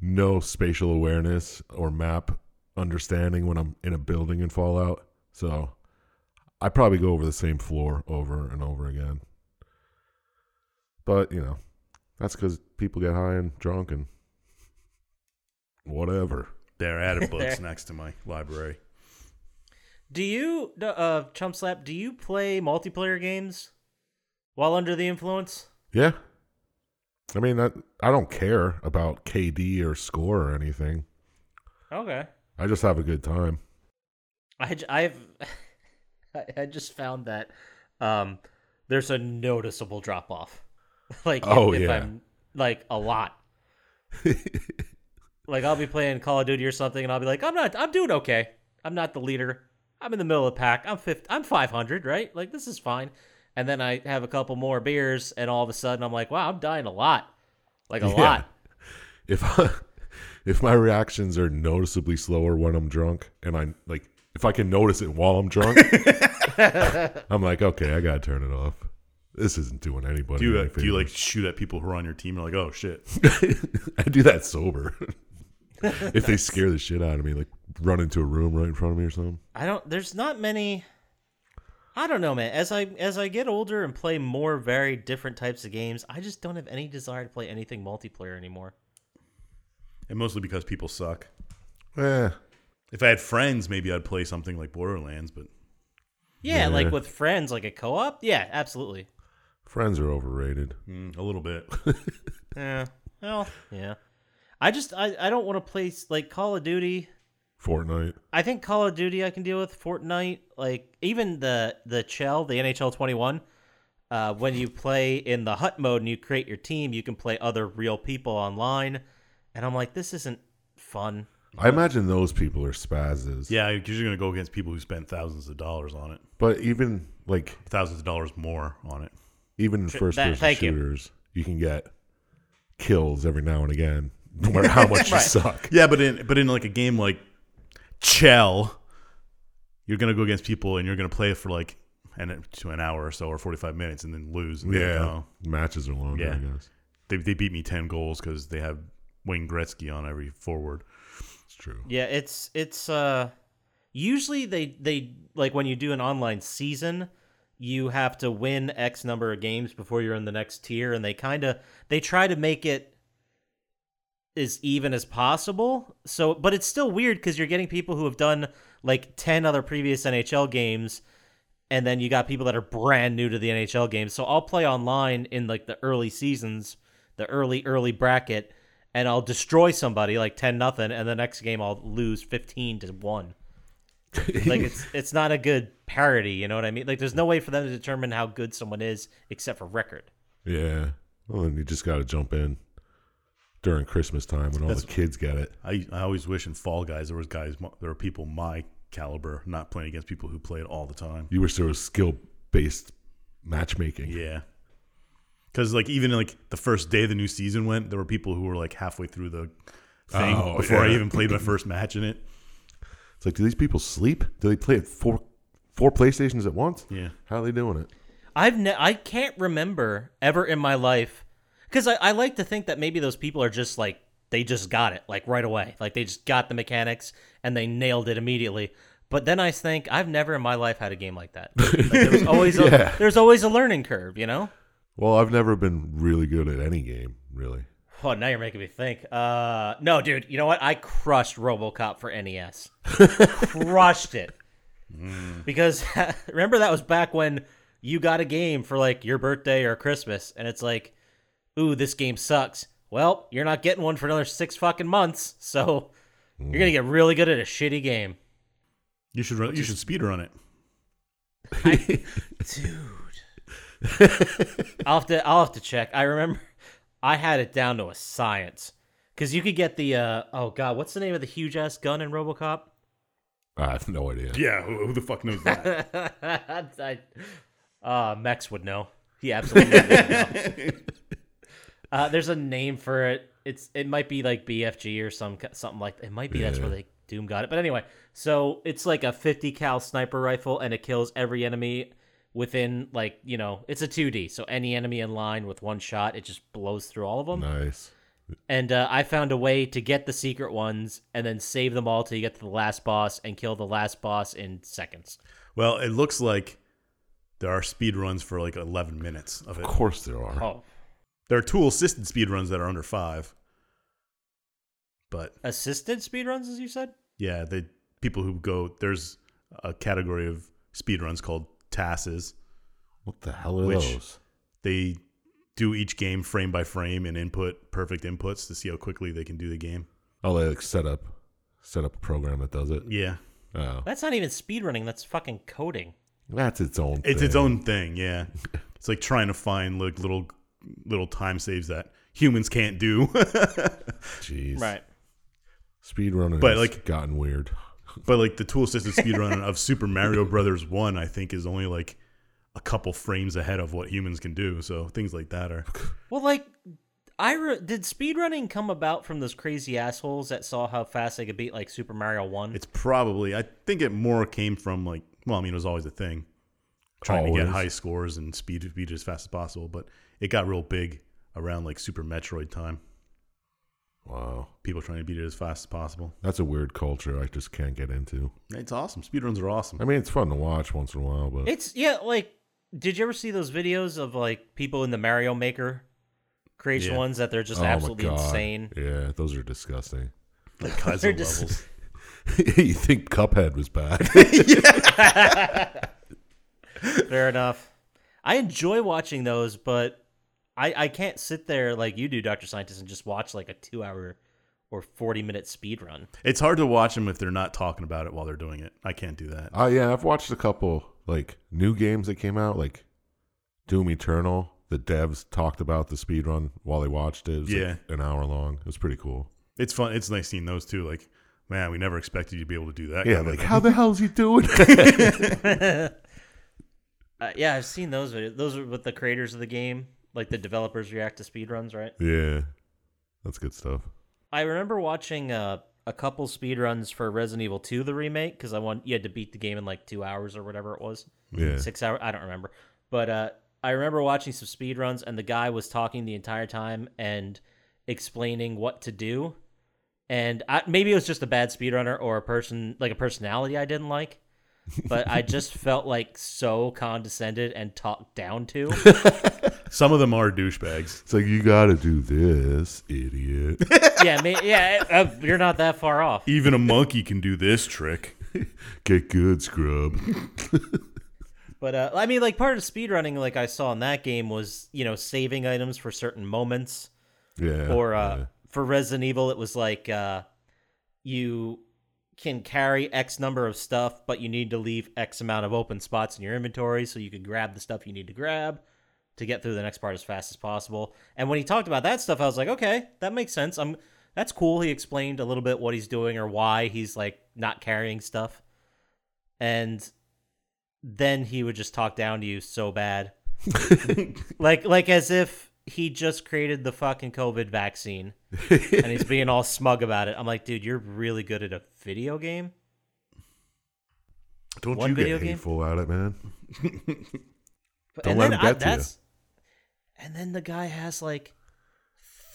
no spatial awareness or map understanding when I'm in a building in Fallout. So I probably go over the same floor over and over again. But you know, that's because people get high and drunk and whatever. There, I added books There. next to my library. Do you uh Chump Slap, do you play multiplayer games while under the influence? Yeah, I mean, I, I don't care about KD or score or anything. Okay. I just have a good time. I j- I've I I just found that um there's a noticeable drop off. Like if- Oh, if, yeah. I'm like a lot. like I'll be playing Call of Duty or something and I'll be like, I'm not I'm doing okay. I'm not the leader. I'm in the middle of the pack. I'm fifth I'm five hundred, right? Like this is fine. And then I have a couple more beers and all of a sudden I'm like, wow, I'm dying a lot. Like a Yeah. lot. If I, if my reactions are noticeably slower when I'm drunk, and I like if I can notice it while I'm drunk, I'm like, okay, I gotta turn it off. This isn't doing anybody. Do you, uh, any do you like favors." shoot at people who are on your team? You're like, oh shit. I do that sober. if they scare the shit out of me, like run into a room right in front of me or something. I don't there's not many I don't know, man. As I as I get older and play more varied different types of games, I just don't have any desire to play anything multiplayer anymore. And mostly because people suck. Eh, If I had friends, maybe I'd play something like Borderlands, but Yeah, Yeah. like with friends, like a co-op. Yeah, absolutely. friends are overrated. mm, a little bit. Yeah. Well, yeah. I just I, I don't want to play s- like Call of Duty. Fortnite. I think Call of Duty I can deal with Fortnite, like even the the Chell, the NHL 21. Uh, when you play in the hut mode and you create your team, you can play other real people online, and I'm like, this isn't fun. I imagine those people are spazzes. yeah, because you're going to go against people who spent thousands of dollars on it, But even like thousands of dollars more on it. even in Tr- first that- person thank you. shooters, you. can get kills every now and again, no matter how much you Right. suck. Yeah, but in but in like a game like Chell, you're gonna go against people and you're gonna play it for like an to an hour or so or 45 minutes and then lose. And they're like, oh, matches are longer. Yeah. I guess they they beat me 10 goals because they have Wayne Gretzky on every forward. it's true. Yeah, it's it's uh usually they they like when you do an online season, you have to win X number of games before you're in the next tier and they kind of they try to make it as even as possible. So but it's still weird cuz you're getting people who have done like 10 other previous NHL games and then you got people that are brand new to the NHL game. So I'll play online in like the early seasons, the early early bracket, and I'll destroy somebody like ten nothing, and the next game I'll lose fifteen to one. like it's it's not a good parity, you know what I mean? Like there's no way for them to determine how good someone is except for record. Yeah. Well, then you just got to jump in during Christmas time when all the kids get it. I, I always wish in Fall Guys there was guys mo- there were people my caliber not playing against people who play it all the time. You wish there was skill based matchmaking. Yeah. Cause like even like the first day the new season went, there were people who were like halfway through the thing Oh, before I yeah. even played my first match in it. It's like, do these people sleep? Do they play at four four PlayStations at once? Yeah. How are they doing it? I've ne- I can't remember ever in my life because I, I like to think that maybe those people are just like they just got it like right away like they just got the mechanics and they nailed it immediately but then I think I've never in my life had a game like that like, there was always a, Yeah. there's always a learning curve you know Well, I've never been really good at any game, really. oh now you're making me think uh no dude you know what I crushed RoboCop for NES crushed it because remember that was back when you got a game for like your birthday or Christmas, and it's like, ooh, this game sucks. Well, you're not getting one for another six fucking months, so you're gonna get really good at a shitty game, You should run, you should speed run it. dude. I'll have to I'll have to check. I remember I had it down to a science because you could get the uh, oh god, what's the name of the huge ass gun in RoboCop? I have no idea. Yeah, who, who the fuck knows that? I, uh, Mex would know. He absolutely would know. Uh, there's a name for it. It's it might be like BFG or some ki- something like it might be that's where Yeah. they Doom got it. But anyway, so it's like a 50 cal sniper rifle and it kills every enemy within like you know it's a 2D. So any enemy in line with one shot, it just blows through all of them. Nice. And uh, I found a way to get the secret ones and then save them all till you get to the last boss and kill the last boss in seconds. well, it looks like there are speed runs for like 11 minutes of it. Of course there are. Oh, There are tool assisted speed runs that are under 5. But assisted speedruns, as you said? yeah, the people who go there's a category of speed runs called tasses. What the hell are Which- those? They do each game frame by frame and input perfect inputs to see how quickly they can do the game. Oh, they like set up set up a program that does it. Yeah. Oh, That's not even speedrunning. That's fucking coding. that's its own. It's its thing. own thing, yeah. It's like trying to find like little little time saves that humans can't do. Jeez. Right. Speedrunning But, has like- gotten weird. but like the tool assisted speedrun of Super Mario Brothers 1 I think is only like a couple frames ahead of what humans can do. So things like that are Well, like, I re- did speedrunning come about from those crazy assholes that saw how fast they could beat like Super Mario One. it's probably I think it more came from like well, I mean it was always a thing. Trying to get Always. high scores and speed speed as fast as possible, but it got real big around like Super Metroid time. Wow, People trying to beat it as fast as possible. that's a weird culture. I just can't get into. It's awesome. Speedruns are awesome. I mean, it's fun to watch once in a while, but It's yeah, like did you ever see those videos of like people in the Mario Maker creation Yeah. ones that they're just oh absolutely my God. insane? Yeah, those are disgusting. Like Kaizo They're just- levels. you think Cuphead was bad? Fair enough. I enjoy watching those, but I I can't sit there like you do, Doctor Scientist, and just watch like a two hour or forty minute speed run. It's hard to watch them if they're not talking about it while they're doing it. I can't do that. Oh yeah, I've watched a couple like new games that came out, like Doom Eternal. The devs talked about the speedrun while they watched it. It was like, Yeah. an hour long. It was pretty cool. It's fun. It's nice seeing those too. Like, man, we never expected you to be able to do that. Yeah, kind of like thing. how the hell's he doing? Uh, yeah, I've seen those. videos. Those are with the creators of the game, like the developers react to speed runs, right? yeah, that's good stuff. I remember watching uh, a couple speedruns for Resident Evil 2, the remake, because I want you had to beat the game in like two hours or whatever it was, Yeah, six hours. I don't remember, but uh, I remember watching some speedruns, and the guy was talking the entire time and explaining what to do. And I, maybe it was just a bad speedrunner or a person like a personality I didn't like, but I just felt like so condescended and talked down to. some of them are douchebags. it's like you got to do this, idiot. yeah, ma- yeah, uh, you're not that far off. Even a monkey can do this trick. Get good, scrub. But uh, I mean, like part of speedrunning, like I saw in that game, was you know saving items for certain moments. Yeah, or uh, yeah. for Resident Evil, it was like uh, you can carry X number of stuff, but you need to leave X amount of open spots in your inventory so you can grab the stuff you need to grab to get through the next part as fast as possible. And when he talked about that stuff, I was like, okay, that makes sense. I'm that's cool. He explained a little bit what he's doing or why he's like not carrying stuff, and then he would just talk down to you so bad like like as if he just created the fucking COVID vaccine and he's being all smug about it. I'm like, dude, you're really good at a video game. don't one you video get game? hateful at it, man? But- Don't and let then him I- get to you. that's- And then the guy has like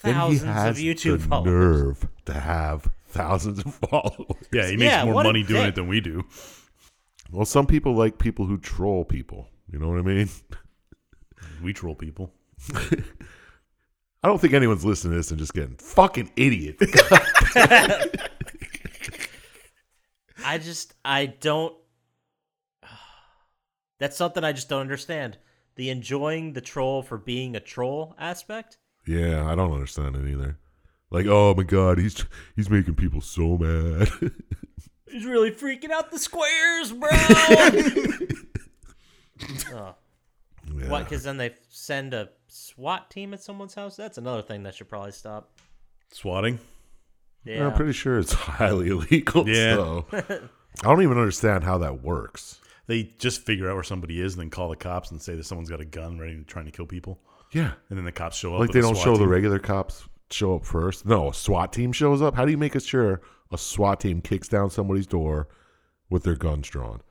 Then he thousands has of YouTube the followers. nerve to have thousands of followers. Yeah, he makes Yeah, more what a money doing dick. it than we do. Well, some people like people who troll people. You know what I mean? We troll people. I don't think anyone's listening to this and just getting fucking idiot. I just I don't That's something I just don't understand. The enjoying the troll for being a troll aspect. yeah, I don't understand it either. Like, oh my god, he's he's making people so mad. He's really freaking out the squares, bro. oh. yeah. What? Because then they send a SWAT team at someone's house. That's another thing that should probably stop. Swatting. Yeah, I'm pretty sure it's highly illegal. Yeah. so. I don't even understand how that works. They just figure out where somebody is and then call the cops and say that someone's got a gun ready and trying to kill people. Yeah, And then the cops show up. like with they a don't SWAT show the team. regular cops show up first. No, a SWAT team shows up. How do you make sure a SWAT team kicks down somebody's door with their guns drawn?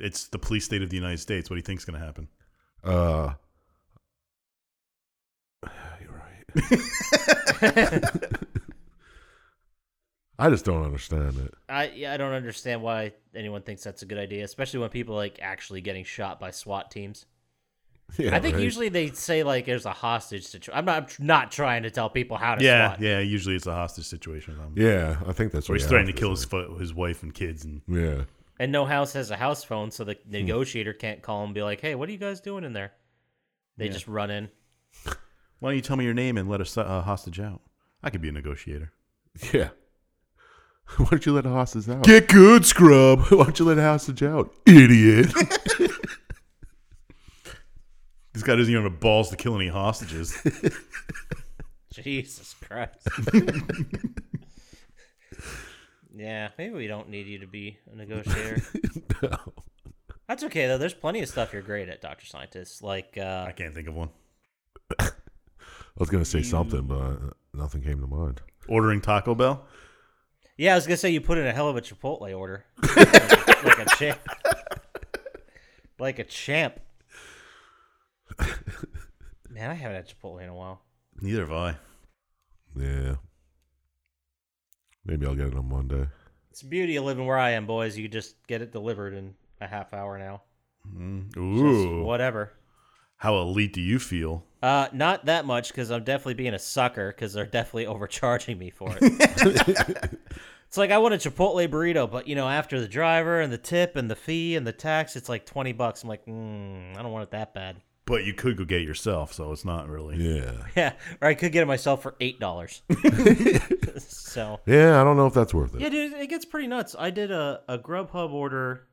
It's the police state of the United States. What do you think's going to happen? Uh, you're right. I just don't understand it. I yeah, I don't understand why anyone thinks that's a good idea, especially when people like actually getting shot by SWAT teams. Yeah, I think right? usually they say like there's a hostage situation. I'm not I'm tr- not trying to tell people how to yeah, SWAT. yeah. Usually it's a hostage situation. Um, Yeah, I think that's Or what he's you threatening have to kill his, say. fo- his wife and kids and Yeah, And no house has a house phone, so Hmm. the negotiator can't call and be like, "Hey, what are you guys doing in there?" They just run in. Why don't you tell me your name and let a su- uh, hostage out? I could be a negotiator. Yeah. Why don't you let a hostage out? Get good, scrub. Why don't you let a hostage out, idiot? This guy doesn't even have balls to kill any hostages. Jesus Christ. yeah, maybe we don't need you to be a negotiator. No. That's okay though. There's plenty of stuff you're great at, Doctor Scientist. Like uh, I can't think of one. I was gonna say something, but uh, nothing came to mind. Ordering Taco Bell. Yeah, I was gonna say you put in a hell of a Chipotle order, like, like a champ, like a champ. Man, I haven't had Chipotle in a while. Neither have I. Yeah. Maybe I'll get it on Monday. It's the beauty of living where I am, boys. You could just get it delivered in a half hour now. Mm. Just Ooh, whatever. how elite do you feel? Uh, not that much because I'm definitely being a sucker because they're definitely overcharging me for it. it's like I want a Chipotle burrito, but you know, after the driver and the tip and the fee and the tax, it's like twenty bucks. I'm like, mm, I don't want it that bad. But you could go get it yourself, so it's not really. Yeah. Yeah, or I could get it myself for eight dollars. so Yeah, I don't know if that's worth it. yeah, dude, it gets pretty nuts. I did a, a Grubhub order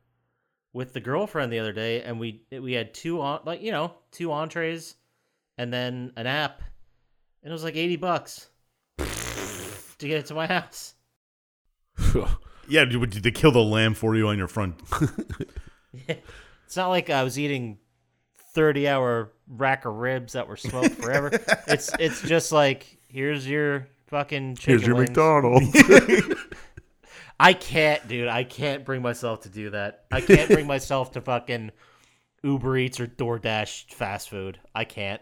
with the girlfriend the other day, and we we had two on like you know two entrees, and then an app, and it was like eighty bucks to get it to my house. Yeah, dude, did they kill the lamb for you on your front? It's not like I was eating thirty hour rack of ribs that were smoked forever. it's it's just like here's your fucking chicken Here's your wings. McDonald's. I can't, dude. I can't bring myself to do that. I can't bring myself to fucking Uber Eats or DoorDash fast food. I can't.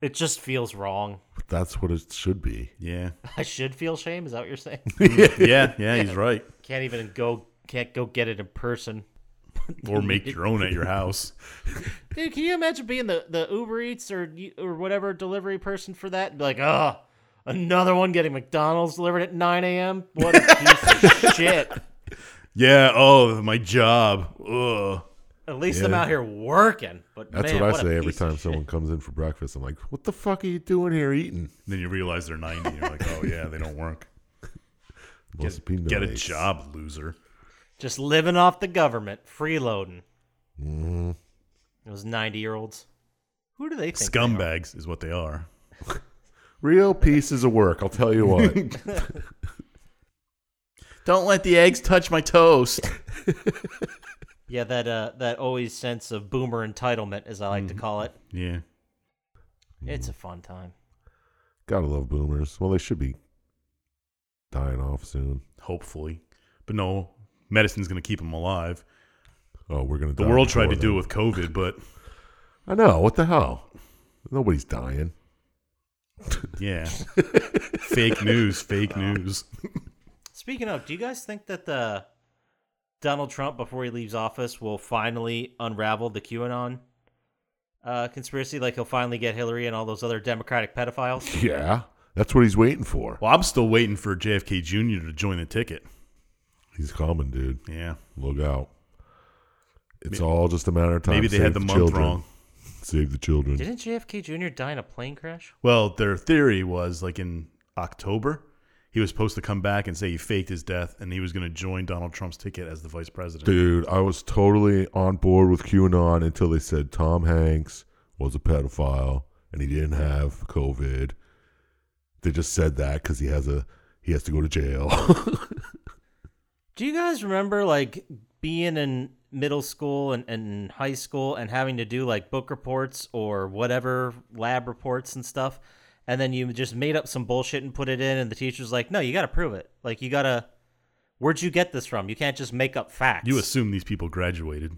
It just feels wrong. that's what it should be. Yeah, I should feel shame. Is that what you're saying? yeah, yeah. He's right. can't even go. Can't go get it in person. Or make your own at your house. Dude, can you imagine being the, the Uber Eats or you- or whatever delivery person for that? And be like, oh, another one getting McDonald's delivered at 9 a.m. What a piece of shit. Yeah. Oh, my job. Ugh. At least I'm out here working. But That's man, what I a say every piece of time shit. someone comes in for breakfast. I'm like, "What the fuck are you doing here eating?" Then you realize they're ninety. You're like, oh yeah, they don't work. Must be Get a nice. job, loser. just living off the government, freeloading. Those ninety-year-olds. Who do they think? they are? Scumbags is what they are. Real pieces of work. I'll tell you what. Don't let the eggs touch my toast. Yeah, that uh, that always sense of boomer entitlement, as I like to call it. yeah. It's a fun time. Gotta love boomers. Well, they should be dying off soon. Hopefully, but no, medicine's gonna keep them alive. Oh, we're gonna. The die world tried to before do it then. with COVID, but I know. What the hell? Nobody's dying. yeah, fake news, fake news. Speaking of, do you guys think that the Donald Trump, before he leaves office, will finally unravel the QAnon uh, conspiracy? Like he'll finally get Hillary and all those other Democratic pedophiles. Yeah, that's what he's waiting for. Well, I'm still waiting for JFK Jr. to join the ticket. He's coming, dude. Yeah, Look out. It's all just a matter of time. maybe they Save had the, month children. wrong. Save the children. Didn't JFK Jr. die in a plane crash? Well, their theory was like in October, he was supposed to come back and say he faked his death and he was going to join Donald Trump's ticket as the vice president. Dude, I was totally on board with QAnon until they said Tom Hanks was a pedophile and he didn't have COVID. They just said that because he has a he has to go to jail. Do you guys remember like being in middle school and, and high school and having to do like book reports or whatever lab reports and stuff? And then you just made up some bullshit and put it in, and the teacher's like, no, you got to prove it. Like, you got to, where'd you get this from? You can't just make up facts. You assume these people graduated.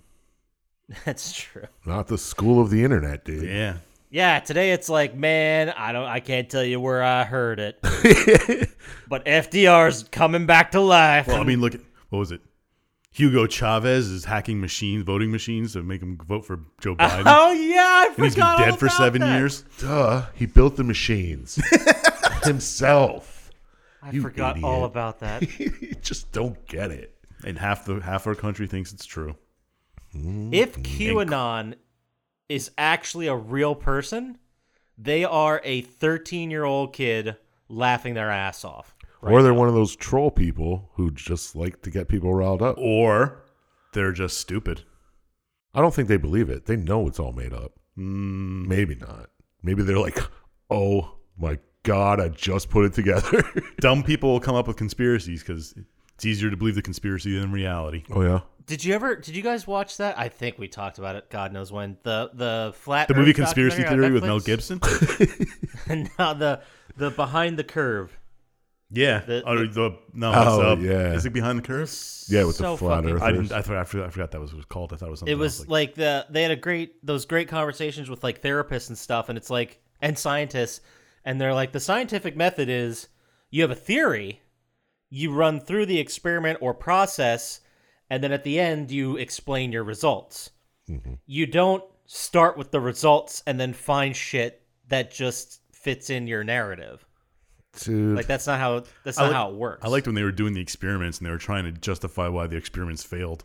That's true. Not the school of the internet, dude. Yeah. Yeah, today it's like, man, I don't, I can't tell you where I heard it, but FDR's coming back to life. Well, I mean, look at what was it? Hugo Chavez is hacking machines, voting machines to make him vote for Joe Biden. oh yeah, I forgot. and he's been all dead for about seven that. years. Duh, he built the machines himself. I You forgot all idiot. about that. you just don't get it. And half the half our country thinks it's true. if QAnon is actually a real person, They are a 13 year old kid laughing their ass off. right or they're now. one of those troll people who just like to get people riled up. Or they're just stupid. I don't think they believe it. They know it's all made up. Mm, Maybe not. Maybe they're like, oh my God, I just put it together. dumb people will come up with conspiracies because it's easier to believe the conspiracy than reality. oh, yeah. Did you ever? Did you guys watch that? I think we talked about it. God knows when. The the flat The movie Earth Conspiracy documentary on Theory with Mel Netflix? Gibson? no, the the behind the curve. Yeah. The- oh, the- no, Oh, it's, uh, yeah. Is it Behind the Curve? Yeah, with the So flat fucking- earth. I didn't. I thought I forgot, I forgot that was what it was called. I thought it was something. It was else, like the they had a great those great conversations with like therapists and stuff, and it's like and scientists, and they're like the scientific method is you have a theory, you run through the experiment or process, and then at the end you explain your results. You don't start with the results and then find shit that just fits in your narrative. Dude. Like that's not how that's not how it works. I liked when they were doing the experiments and they were trying to justify why the experiments failed.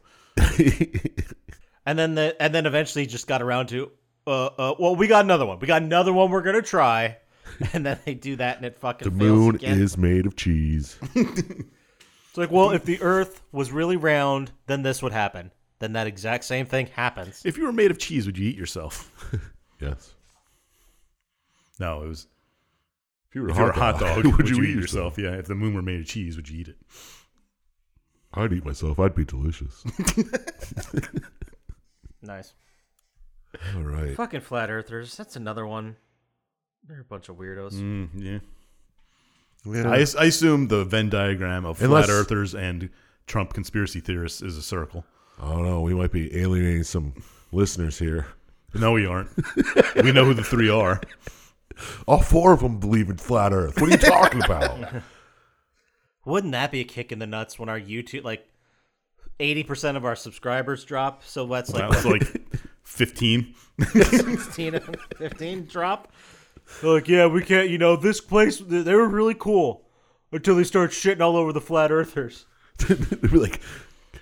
and then the and then eventually just got around to uh, uh well we got another one we got another one we're gonna try and then they do that and it fucking the fails moon again. is made of cheese. it's like well if the earth was really round then this would happen then that exact same thing happens If you were made of cheese, would you eat yourself? yes. No, it was. If you were If you were a hot dog, would, you, eat yourself? Yeah. If the moon were made of cheese, would you eat it? I'd eat myself. I'd be delicious. nice All right. fucking flat earthers that's another one they're a bunch of weirdos Mm, yeah. Yeah. I, I assume the Venn diagram of Unless- flat earthers and Trump conspiracy theorists is a circle. I don't know. We might be alienating some listeners here. No, we aren't. we know who the three are. All four of them believe in flat Earth. What are you talking about? wouldn't that be a kick in the nuts when our youtube like 80% of our subscribers drop so that's like That was like 15. 16 15 drop. They're like, yeah, we can't, you know, this place, th- they were really cool until they start shitting all over the flat earthers. They'd be like,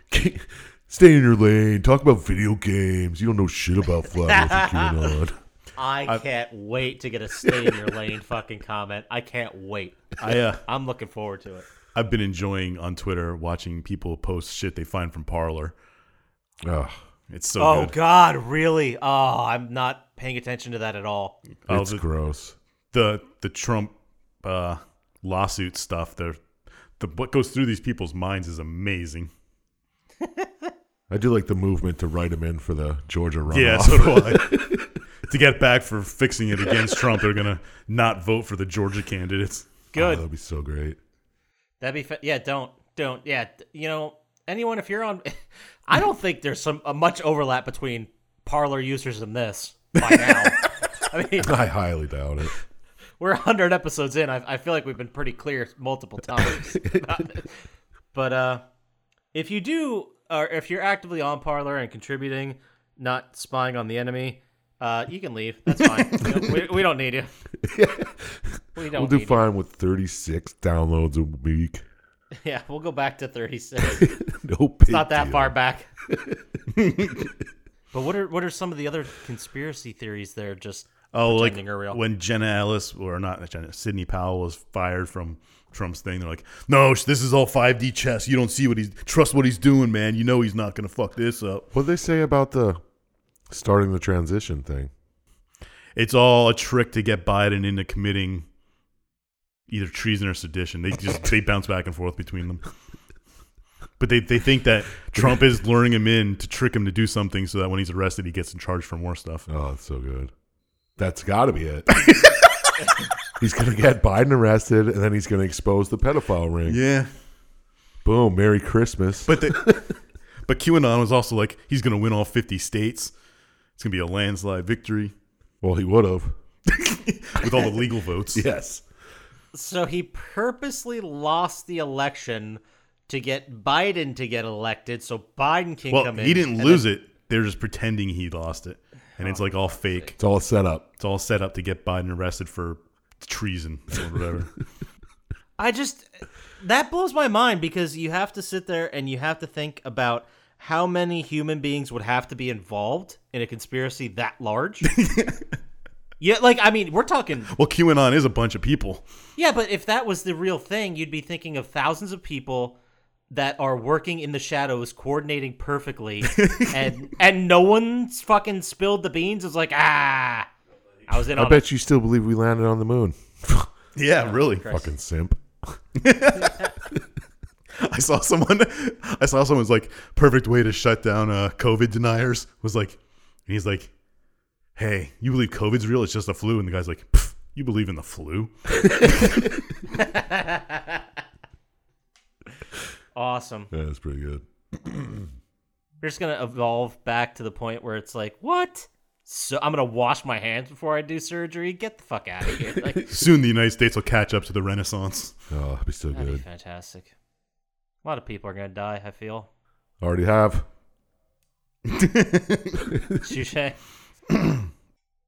"K- stay in your lane. Talk about video games. You don't know shit about flat Earth and QAnon. I can't wait to get a stay in your lane fucking comment. I can't wait. I, uh, I'm looking forward to it. I've been enjoying on Twitter watching people post shit they find from Parlor. Ugh. It's so Oh, good. God, really? Oh, I'm not paying attention to that at all. Oh, it's the- gross. the the Trump uh, lawsuit stuff. The the what goes through these people's minds is amazing. I do like the movement to write him in for the Georgia runoff. Uh-huh. Yeah, so do I. to get back for fixing it against Trump, they're gonna not vote for the Georgia candidates. Oh, Good. that'd be so great. Uh, That'd be, fa- yeah, don't, don't, yeah, d- you know, anyone, if you're on, I don't think there's some uh, much overlap between parlor users and this by now. I mean, I highly doubt it. we're 100 episodes in. I, I feel like we've been pretty clear multiple times. about it. but uh, if you do, or if you're actively on Parlor and contributing, not spying on the enemy, uh, you can leave. That's fine. we, don't, we, we don't need you. We don't We'll do need fine with 36 downloads a week. you. Yeah, we'll go back to 36. It's No big not that deal. far back. but what are what are some of the other conspiracy theories that are just Oh, like Pretending are real. when Jenna Ellis or not Jenna Sydney Powell was fired from Trump's thing, they're like, "No, sh- this is all 5D chess. You don't see what he's trust what he's doing, man. You know he's not gonna fuck this up. What they say about the starting the transition thing? It's all a trick to get Biden into committing." Either treason or sedition. They just they bounce back and forth between them. But they, they think that Trump is luring him in to trick him to do something so that when he's arrested he gets in charge for more stuff. Oh, it's so good. That's got to be it. he's going to get Biden arrested, and then he's going to expose the pedophile ring. Yeah. Boom. Merry Christmas. But the, but QAnon was also like he's going to win all 50 states. It's going to be a landslide victory well, he would have. with all the legal votes. Yes. So he purposely lost the election to get Biden to get elected, so Biden can well, come in. he didn't lose it. They're just pretending he lost it. And Oh. it's like all fake. It's all set up. It's all set up to get Biden arrested for treason or whatever. I just that blows my mind because you have to sit there and you have to think about how many human beings would have to be involved in a conspiracy that large. Yeah, like I mean, we're talking. Well, QAnon is a bunch of people. Yeah, but if that was the real thing, you'd be thinking of thousands of people that are working in the shadows, coordinating perfectly, and and no one's fucking spilled the beans. It's like ah, I was in I on bet you still believe we landed on the moon. Yeah, really. Christ. Fucking simp. I saw someone. I saw someone's like perfect way to shut down uh, COVID deniers was like, and he's like, "Hey, you believe COVID's real? It's just a flu." And the guy's like, "Pff, "You believe in the flu?" awesome. Yeah, that's pretty good. We're just gonna evolve back to the point where it's like, what? So I'm gonna wash my hands before I do surgery. Get the fuck out of here. Like, that'd Soon, the United States will catch up to the Renaissance. Oh, it'd be so be good. fantastic. A lot of people are gonna die. I feel. Already have. Touche.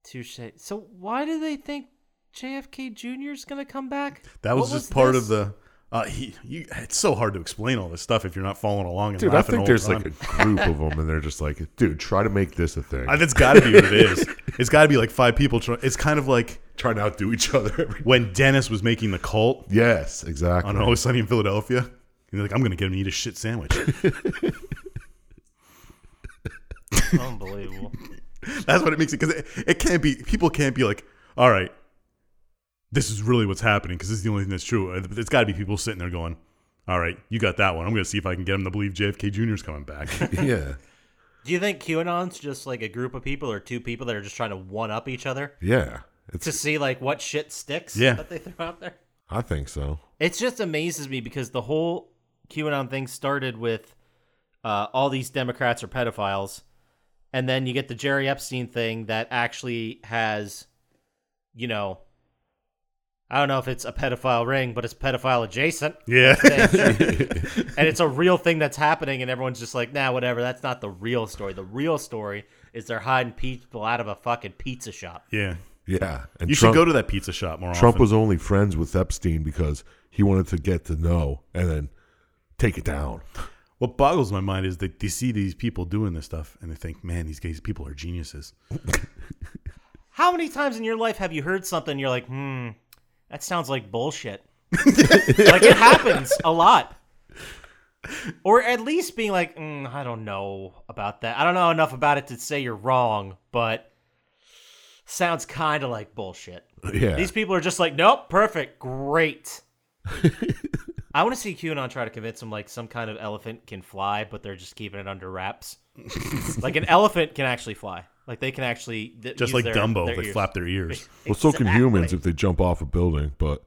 Touche. So why do they think JFK Jr. is going to come back? That was What just part this? of the. Uh, he, you, it's so hard to explain all this stuff if you're not following along. And Dude, I laughing think all there's the like a time. group of them, and they're just like, dude, try to make this a thing. I- that's got to be what it is. It's got to be like five people. Try, it's kind of like try to outdo each other. when Dennis was making the cult yes, exactly. on Always Sunny in Philadelphia. And they're like, I'm going to get him to eat a shit sandwich. Unbelievable. That's what it makes it because it, it can't be people can't be like, all right, this is really what's happening because this is the only thing that's true. Uh, It's got to be people sitting there going, all right, you got that one. I'm going to see if I can get him to believe JFK Jr. is coming back. yeah. do you think QAnon's just like a group of people or two people that are just trying to one up each other Yeah. It's, to see like what shit sticks Yeah. that they throw out there? I think so. It just amazes me because the whole QAnon thing started with uh, all these Democrats are pedophiles, and then you get the Jerry Epstein thing that actually has, you know, I don't know if it's a pedophile ring, but it's pedophile adjacent, yeah. and it's a real thing that's happening, and everyone's just like, nah, whatever. That's not the real story. The real story is they're hiding people out of a fucking pizza shop. yeah. Yeah. And You Trump, should go to that pizza shop more Trump often. was only friends with Epstein because he wanted to get to know and then take it down. What boggles my mind is that they see these people doing this stuff and they think, man, these guys, people are geniuses. How many times in your life have you heard something and you're like, hmm, that sounds like bullshit? like it happens a lot. Or at least being like, mm, I don't know about that. I don't know enough about it to say you're wrong, but sounds kind of like bullshit. Yeah. These people are just like, nope, perfect, great. I want to see QAnon try to convince them like some kind of elephant can fly, but they're just keeping it under wraps. like an elephant can actually fly. Like they can actually th- Just use like their- Dumbo, their they ears. flap their ears. well, so can Exactly. humans if they jump off a building, but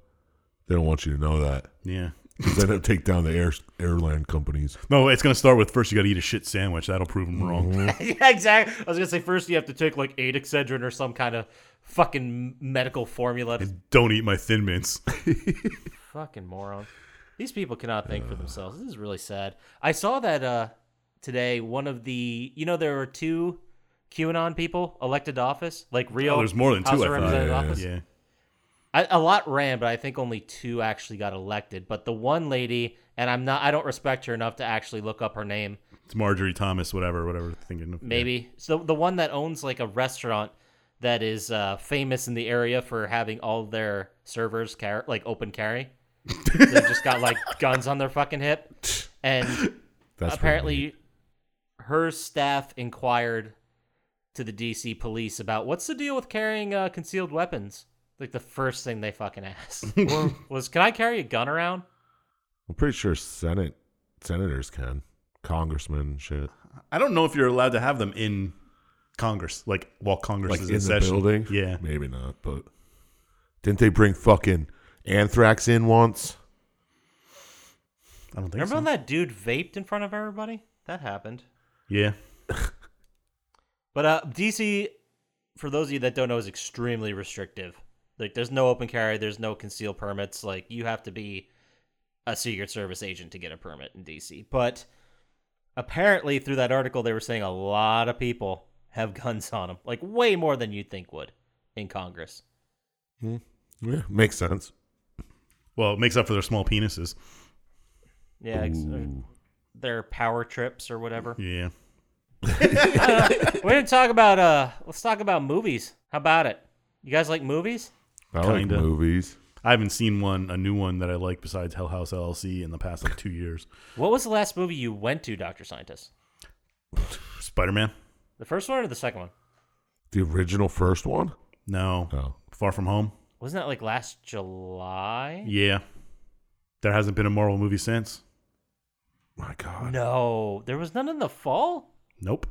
they don't want you to know that. yeah. 'Cause then it'll take down the air, airline companies. No, it's going to start with first you got to eat a shit sandwich. That'll prove them wrong. yeah, exactly. I was gonna say first you have to take like eight Excedrin or some kind of fucking medical formula. to- Don't eat my thin mints. fucking moron. These people cannot think for themselves. This is really sad. I saw that uh today one of the you know there were two QAnon people elected to office, like real. Oh, there's more than two, House I thought. of Representative Yeah, yeah, office. yeah. I, a lot ran, but I think only two actually got elected. But the one lady, and I'm not, I don't respect her enough to actually look up her name. It's Marjorie Thomas, whatever, whatever. Thinking of. maybe. So the one that owns like a restaurant that is uh, famous in the area for having all their servers car- like open carry. They've just got like guns on their fucking hip, and That's apparently her staff inquired to the DC police about what's the deal with carrying uh, concealed weapons. Like the first thing they fucking asked was, "Can I carry a gun around?" I'm pretty sure Senate senators can, congressmen, shit, I don't know if you're allowed to have them in Congress, like while Congress like is in in, the session. building. Yeah, maybe not. But didn't they bring fucking anthrax in once? I don't think Remember so. when that dude vaped in front of everybody? That happened. Yeah, But uh, DC, for those of you that don't know, is extremely restrictive. Like, there's no open carry, there's no concealed permits. Like, you have to be a Secret Service agent to get a permit in DC. But apparently, through that article, they were saying a lot of people have guns on them, like way more than you'd think would in Congress. Yeah, makes sense. well, it makes up for their small penises. Yeah, ex- their power trips or whatever. Yeah, We're gonna talk about uh, let's talk about movies. How about it? You guys like movies? I Kinda. like movies. I haven't seen one, a new one that I like besides Hell House LLC in the past like two years. What was the last movie you went to, Doctor Scientist? Spider Man? The first one or the second one? The original first one. No. Oh, Far From Home? Wasn't that like last July? Yeah. There hasn't been a Marvel movie since. my God. No, there was none in the fall. Nope.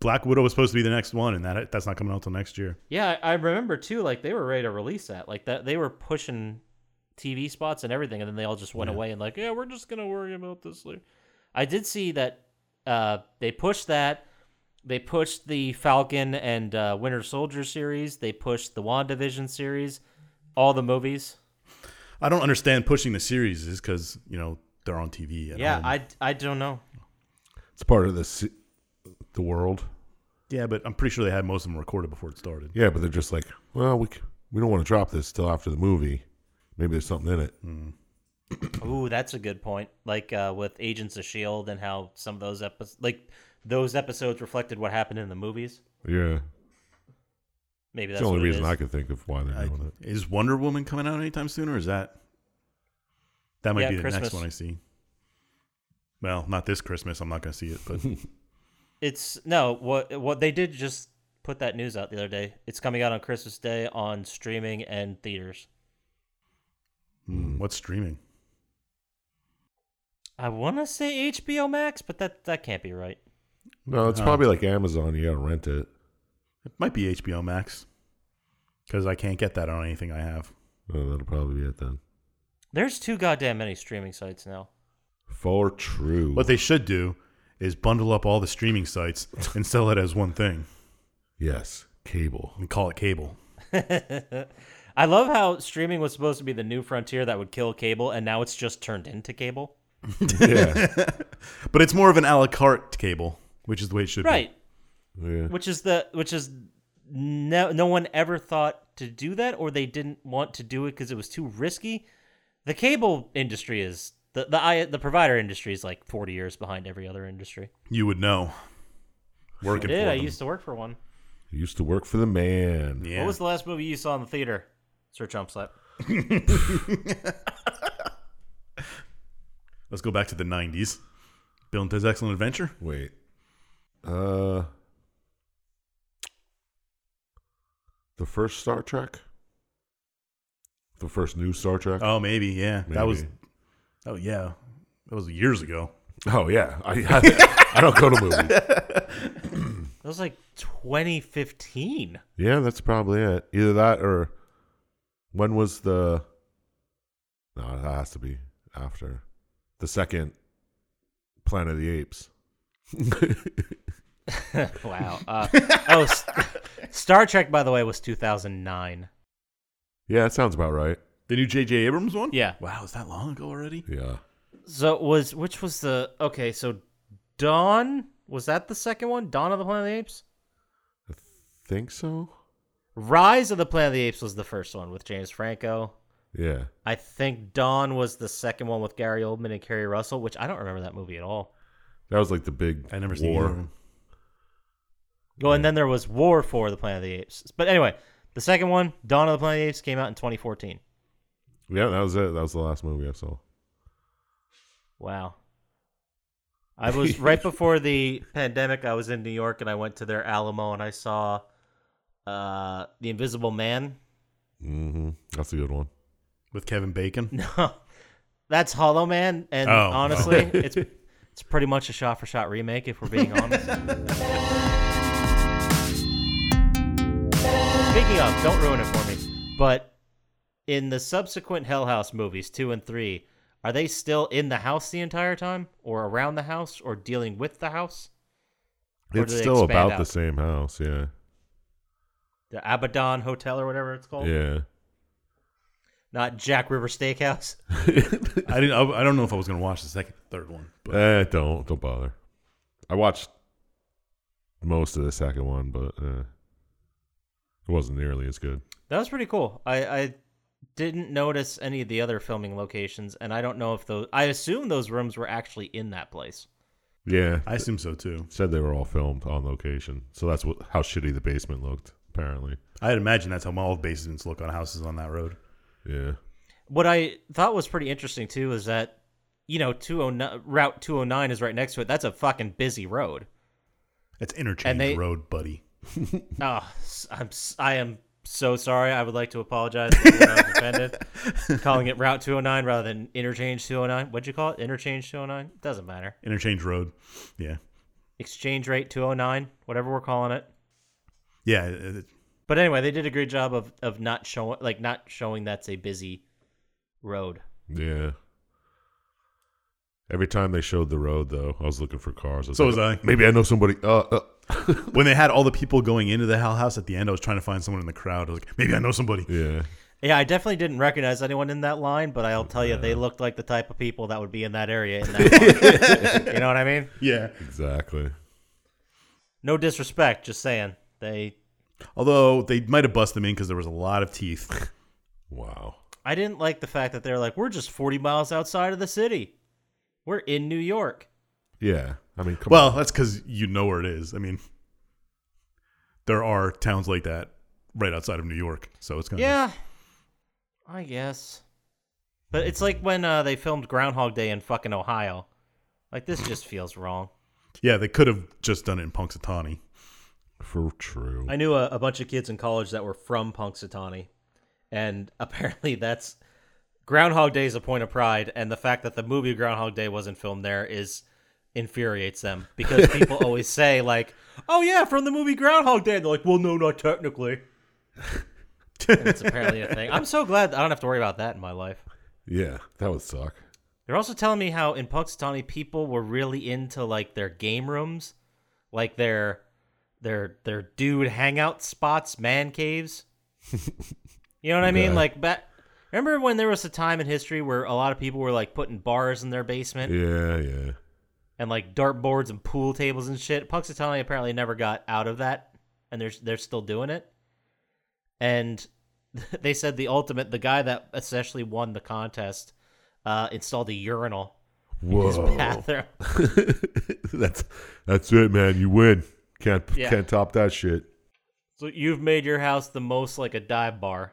Black Widow was supposed to be the next one, and that that's not coming out until next year. Yeah, I I remember too. Like they were ready to release that. Like that they were pushing TV spots and everything, and then they all just went away and like, yeah, we're just gonna worry about this later. I did see that uh, they pushed that. They pushed the Falcon and uh, Winter Soldier series. They pushed the WandaVision series. All the movies. I don't understand pushing the series is because you know they're on TV. At yeah, home. I, I don't know. It's part of the se- the world. yeah, but I'm pretty sure they had most of them recorded before it started. Yeah, but they're just like, well, we c- we don't want to drop this till after the movie. Maybe there's something in it. Ooh, that's a good point. Like uh, with Agents of Shield and how some of those episodes, like those episodes, reflected what happened in the movies. Yeah, Maybe it's that's the only what it reason is. I could think of why they're I- doing it. Is Wonder Woman coming out anytime soon, or is that that might Yeah, be the Christmas. next one I see? Well, not this Christmas. I'm not going to see it, but It's no what what they did just put that news out the other day. It's coming out on Christmas Day on streaming and theaters. Hmm, what's streaming? I want to say HBO Max, but that that can't be right. No, it's Uh-huh. Uh, probably like Amazon. You gotta rent it. It might be HBO Max because I can't get that on anything I have. Oh, that'll probably be it then. There's too goddamn many streaming sites now. For true. What they should do is bundle up all the streaming sites and sell it as one thing yes, cable. and call it cable. I love how streaming was supposed to be the new frontier that would kill cable, and now it's just turned into cable. yeah, But it's more of an a la carte cable, which is the way it should be. Right. yeah. which is the which is no no one ever thought to do that or they didn't want to do it because it was too risky the cable industry is the the, I, the provider industry is like 40 years behind every other industry You would know. i Working did for i them. used to work for one I used to work for the man. yeah. what was the last movie you saw in the theater sir chumpslap Let's go back to the '90s. Bill and Ted's Excellent Adventure. Wait. Uh, the first Star Trek. The first new Star Trek. Oh, maybe. Yeah, that was. Maybe. Oh yeah, that was years ago. Oh yeah, I I, I don't go to movies. that was like 2015 Yeah, that's probably it. Either that or when was the? No, that has to be after the second Planet of the Apes. wow uh, oh S- star trek by the way was 2009 yeah, that sounds about right. The new J.J. Abrams one. Yeah. Wow, is that long ago already? Yeah, So it was which was the okay? So Dawn was that the second one? Dawn of the Planet of the Apes. I think so. Rise of the Planet of the Apes was the first one with James Franco. Yeah, I think Dawn was the second one with Gary Oldman and Kerry Russell, which I don't remember that movie at all. that was like the big I never seen either of war. them. Well, Oh, and then there was War for the Planet of the Apes. But anyway, the second one, Dawn of the Planet of the Apes, came out in 2014. Yeah, that was it. That was the last movie I saw. Wow. I was right before the pandemic. I was in New York and I went to their Alamo and I saw uh, the Invisible Man. hmm That's a good one. with Kevin Bacon. No, that's Hollow Man, and Oh, wow. honestly, it's it's pretty much a shot-for-shot remake. If we're being honest. Speaking of, don't ruin it for me. But in the subsequent Hell House movies, two and three, are they still in the house the entire time, or around the house, or dealing with the house? Or It's do they still expand about the out? same house. Yeah, The Abaddon Hotel or whatever it's called, yeah. not Jack River Steakhouse. I didn't. I, I don't know if I was going to watch the second, third one. But Eh, don't don't bother. I watched most of the second one, but uh, it wasn't nearly as good. That was pretty cool. I, I didn't notice any of the other filming locations, and I don't know if those. I assume those rooms were actually in that place. Yeah, I assume so too. said they were all filmed on location, so that's what how shitty the basement looked. apparently. I'd imagine that's how all basements look on houses on that road. Yeah. What I thought was pretty interesting too is that, you know, 209 Route 209 is right next to it. That's a fucking busy road. That's interchange they- road, buddy. Oh, s- I'm s- I am so sorry. I would like to apologize if anyone else offended. Calling it Route 209 rather than Interchange 209. What'd you call it? Interchange 209? Doesn't matter. Interchange road. Yeah. Exchange rate 209, whatever we're calling it. Yeah. uh, it- it- But anyway, they did a great job of of not showing like not showing that's a busy road. Yeah. Every time they showed the road, though, I was looking for cars. I So like, "Oh, was I. Maybe I know somebody. Uh, uh. When they had all the people going into the Hell House at the end, I was trying to find someone in the crowd. I was like, maybe I know somebody. Yeah. Yeah, I definitely didn't recognize anyone in that line, but I'll tell you, they looked like the type of people that would be in that area. In that line. you know what I mean? Yeah. Exactly. No disrespect, just saying. They, Although they might have busted them in because there was a lot of teeth. Wow. I didn't like the fact that they're like, we're just forty miles outside of the city, we're in New York. Yeah. I mean, come well, that's because you know where it is. I mean, there are towns like that right outside of New York. So it's kind of. Yeah, I guess. But it's like when uh, they filmed Groundhog Day in fucking Ohio. Like this just feels wrong. Yeah, they could have just done it in Punxsutawney. on. For true. I knew a, a bunch of kids in college that were from Punxsutawney, and apparently that's Groundhog Day is a point of pride, and the fact that the movie Groundhog Day wasn't filmed there is infuriates them because people always say like, "Oh yeah, from the movie Groundhog Day," and they're like, "Well, no, not technically." And it's apparently a thing. I'm so glad I don't have to worry about that in my life. yeah. That would suck. They're also telling me how in Punxsutawney people were really into like their game rooms, like their their their dude hangout spots, man caves. you know what I mean? Yeah. Like back remember when there was a time in history where a lot of people were like putting bars in their basement Yeah. Yeah. and like dartboards and pool tables and shit. Punxsutawney apparently never got out of that, and they're they're still doing it. And they said the ultimate, the guy that essentially won the contest, uh, installed a urinal Whoa. bathroom. that's that's it, man. You win. Can't Yeah. can't top that shit. So you've made your house the most like a dive bar.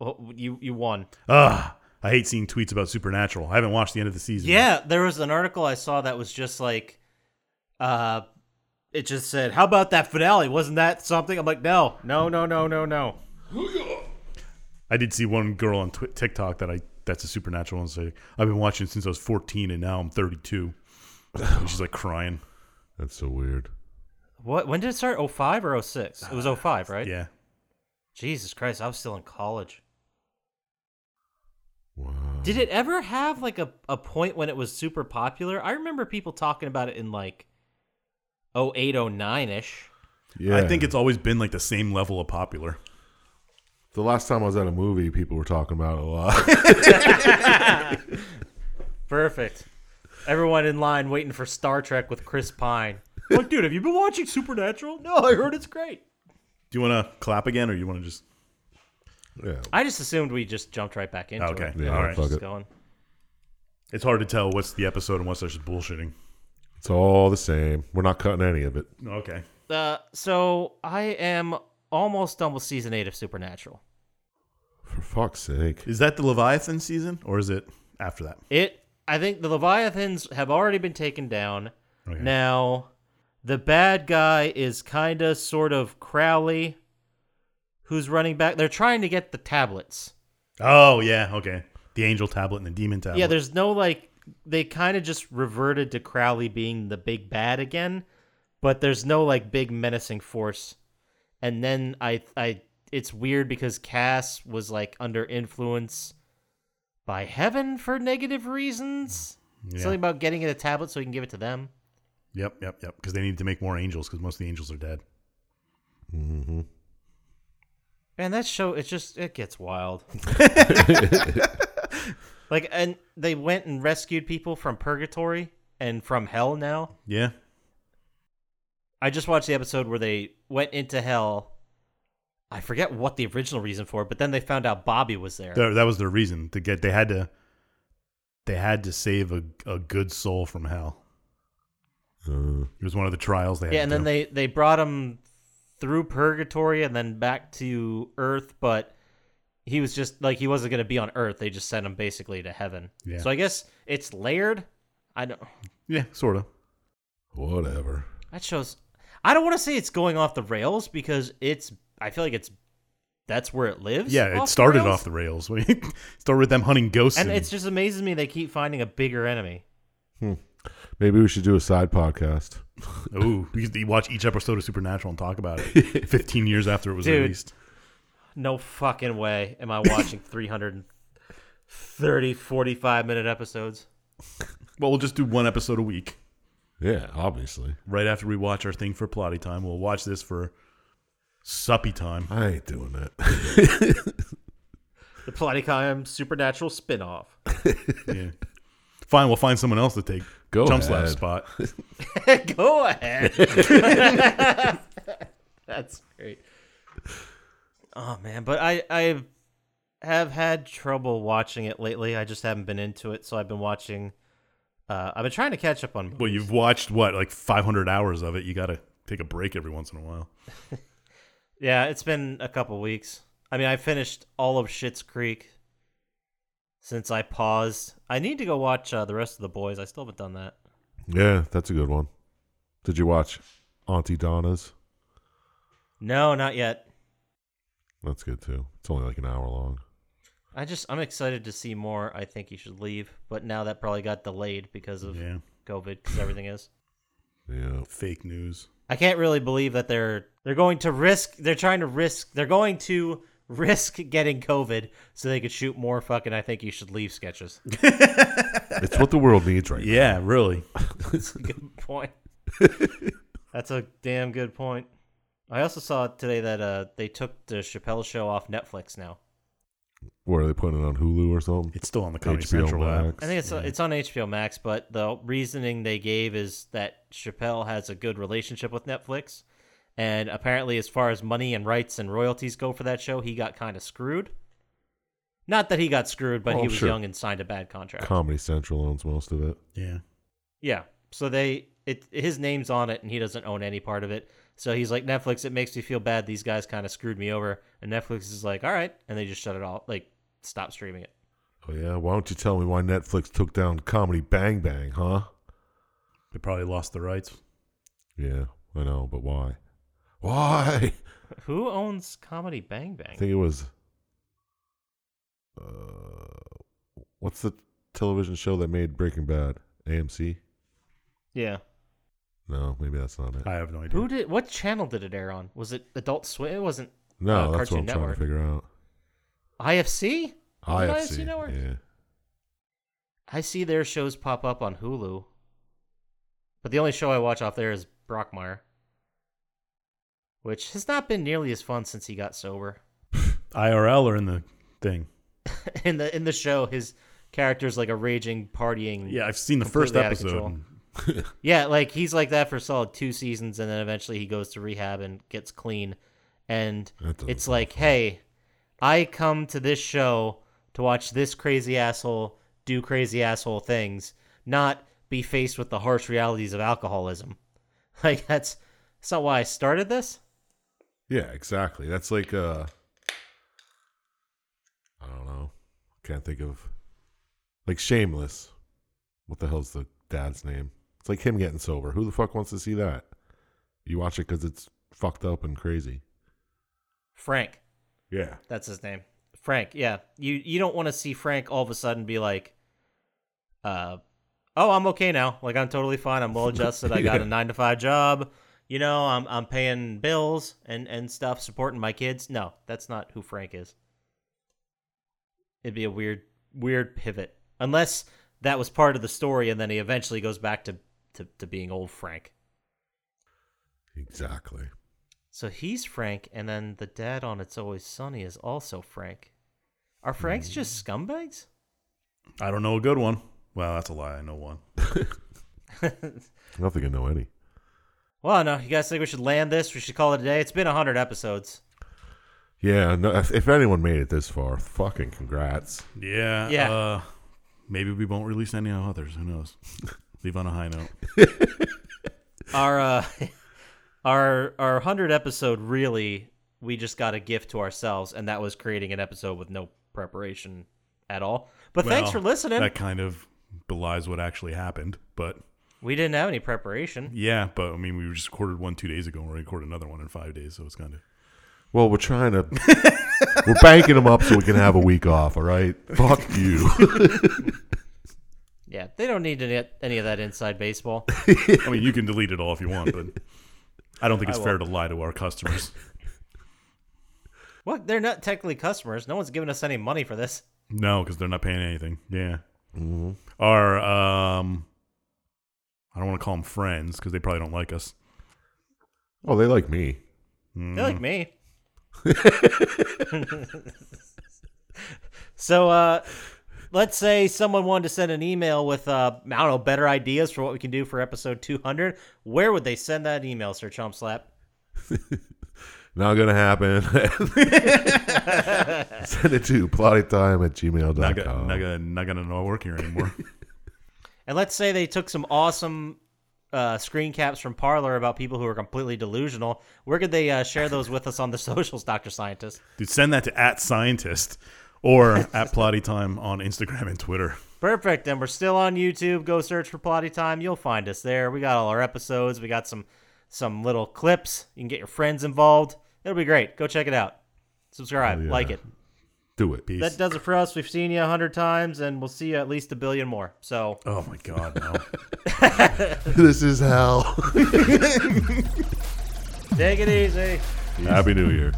Well, you you won. Ah, I hate seeing tweets about Supernatural. I haven't watched the end of the season. Yeah, there was an article I saw that was just like, uh, it just said, "How about that finale? Wasn't that something?" I'm like, "No, no, no, no, no, no." I did see one girl on Twi- TikTok that I that's a Supernatural and say I've been watching since I was 14 and now I'm 32. And she's like crying. That's so weird. What? When did it start? 05 or 06? It was 05, right? Yeah. Jesus Christ, I was still in college. Wow. Did it ever have like a, a point when it was super popular? I remember people talking about it in like 08, 09 ish. Yeah. I think it's always been like the same level of popular. the last time I was at a movie, people were talking about it a lot. Perfect. Everyone in line waiting for Star Trek with Chris Pine. Like, dude, have you been watching Supernatural? No, I heard it's great. Do you want to clap again or you want to just yeah. I just assumed we just jumped right back into Okay. it. Yeah. All right. Fuck Just it. going. It's hard to tell what's the episode and what's just bullshitting. It's all the same. We're not cutting any of it. Okay. Uh, so I am almost done with season eight of Supernatural. For fuck's sake. Is that the Leviathan season or is it after that? It. I think the Leviathans have already been taken down. Okay. Now, the bad guy is kind of sort of Crowley, who's running back. They're trying to get the tablets. Oh yeah, okay. The angel tablet and the demon tablet. Yeah, there's no like. They kind of just reverted to Crowley being the big bad again, but there's no like big menacing force. And then I, I, it's weird because Cass was like under influence by heaven for negative reasons. Yeah. Something about getting it a tablet so he can give it to them. Yep, yep, yep. Because they needed to make more angels because most of the angels are dead. Mm-hmm. Man, that show it just it gets wild. like and they went and rescued people from purgatory and from hell now. Yeah. I just watched the episode where they went into hell. I forget what the original reason for, it, but then they found out Bobby was there. That, that was their reason to get. They had to. They had to save a, a good soul from hell. Uh, It was one of the trials they had. yeah, and to do. then they they brought him through purgatory and then back to Earth, but he was just like he wasn't going to be on Earth. They just sent him basically to heaven. Yeah. So I guess it's layered. I don't. Yeah, sort of. Whatever. That shows. I don't want to say it's going off the rails because it's. I feel like it's. That's where it lives. Yeah, it off the started rails. off the rails. When you started with them hunting ghosts, And it's just amazes me they keep finding a bigger enemy. Maybe we should do a side podcast. ooh, you, you watch each episode of Supernatural and talk about it. Fifteen years after it was Dude. released, No fucking way am I watching 330, 45 minute episodes. well, we'll just do one episode a week. Yeah, obviously. Right after we watch our thing for plotty time, we'll watch this for suppy time. I ain't doing that. The Platicum Supernatural spin off. Yeah. Fine, we'll find someone else to take Go jump slap ahead. spot. Go ahead. That's great. Oh man, but I I have had trouble watching it lately. I just haven't been into it, so I've been watching. Uh, I've been trying to catch up on. Well, you've watched what like 500 hours of it. You got to take a break every once in a while. Yeah, it's been a couple weeks. I mean, I finished all of Shit's Creek since I paused. I need to go watch uh, the rest of the boys. I still haven't done that. yeah, that's a good one. Did you watch Auntie Donna's? No, not yet. That's good too. It's only like an hour long. I just I'm excited to see more. I think you should leave, but now that probably got delayed because of Yeah, COVID because everything is. Yeah. fake news. I can't really believe that they're they're going to risk they're trying to risk they're going to risk getting COVID so they could shoot more fucking I think you should leave sketches. It's what the world needs right Yeah, really. That's a good point. That's a damn good point. I also saw today that uh they took the Chappelle show off Netflix now. now. Where are they putting it on Hulu or something? It's still on the Comedy HBO Central app. Max. I think it's it's on HBO Max, but the reasoning they gave is that Chappelle has a good relationship with Netflix, and apparently, as far as money and rights and royalties go for that show, he got kind of screwed. Not that he got screwed, but Well, he I'm was sure. young and signed a bad contract. Comedy Central owns most of it. Yeah. yeah, so they it his name's on it, and he doesn't own any part of it. So he's like Netflix. It makes me feel bad. These guys kind of screwed me over, and Netflix is like, all right, and they just shut it all like stop streaming it. Oh yeah, why don't you tell me why Netflix took down Comedy Bang Bang, huh? They probably lost the rights. Yeah, I know, but why? Why? Who owns Comedy Bang Bang? I think it was. Uh, what's the television show that made Breaking Bad? AMC? yeah. No, maybe that's not it. Uh, I have no idea. Who did? What channel did it air on? Was it Adult Swim? It wasn't no, uh, that's what Cartoon I'm trying Network. to figure out. IFC. Was it IFC. Network? Yeah. I see their shows pop up on Hulu, but the only show I watch off there is Brockmire, which has not been nearly as fun since he got sober. IRL or in the thing? in the in the show, his character's like a raging partying. Yeah, I've seen the Completely first out of episode. control. and Yeah, like he's like that for a solid two seasons, and then eventually he goes to rehab and gets clean. And That doesn't it's sound like, hey, I come to this show to watch this crazy asshole do crazy asshole things, not be faced with the harsh realities of alcoholism. Like that's that's not why I started this. Yeah, exactly. That's like uh I don't know. Can't think of like Shameless. What the hell's the dad's name? It's like him getting sober. Who the fuck wants to see that? You watch it cuz it's fucked up and crazy. Frank, Yeah. that's his name. Frank, yeah. You you don't want to see Frank all of a sudden be like, uh, oh, I'm okay now. Like I'm totally fine. I'm well adjusted. I got a Yeah. nine to five job. You know, I'm I'm paying bills and and stuff, supporting my kids. No, that's not who Frank is. It'd be a weird weird pivot, unless that was part of the story, and then he eventually goes back to to, to being old Frank. Exactly. So he's Frank, and then the dad on It's Always Sunny is also Frank. Are Hmm. Franks just scumbags? I don't know a good one. Well, that's a lie. I know one. I don't think I know any. Well, no. You guys think we should land this? We should call it a day. It's been hundred episodes. Yeah, no, if, if anyone made it this far, fucking congrats. Yeah. Yeah. Uh, maybe we won't release any others. Who knows? Leave on a high note. Our uh, our our hundred episode really we just got a gift to ourselves, and that was creating an episode with no preparation at all. But thanks Well, for listening. That kind of belies what actually happened, but We didn't have any preparation. yeah, but I mean, we just recorded one two days ago, and we recorded another one in five days, so it's kind of Well, we're trying to. we're banking them up so we can have a week off. All right. Fuck you. Yeah, they don't need any, any of that inside baseball. I mean, you can delete it all if you want, but I don't think it's fair to lie to our customers. what? They're not technically customers. No one's giving us any money for this. No, because they're not paying anything. Yeah. Our, um, I don't want to call them friends because they probably don't like us. oh, they like me. They're like me. so, uh, let's say someone wanted to send an email with, uh, I don't know, better ideas for what we can do for episode 200. Where would they send that email, Sir Chomp Slap? Not going to happen. Send it to plottytime at Not gonna, not gmail.com. gonna, not gonna not work here anymore. And let's say they took some awesome uh, screen caps from Parlor about people who are completely delusional. Where could they uh, share those with us on the socials, Dr. Scientist? Dude, send that to at scientist or at plotty time on Instagram and Twitter. Perfect. And we're still on YouTube. Go search for Plotty Time. You'll find us there. We got all our episodes. We got some some little clips. You can get your friends involved. It'll be great. Go check it out. Subscribe. Like it. Do it. Peace. That does it for us. We've seen you a hundred times, and we'll see you at least a billion more. So oh my god, no. This is hell. take it easy. Happy New Year.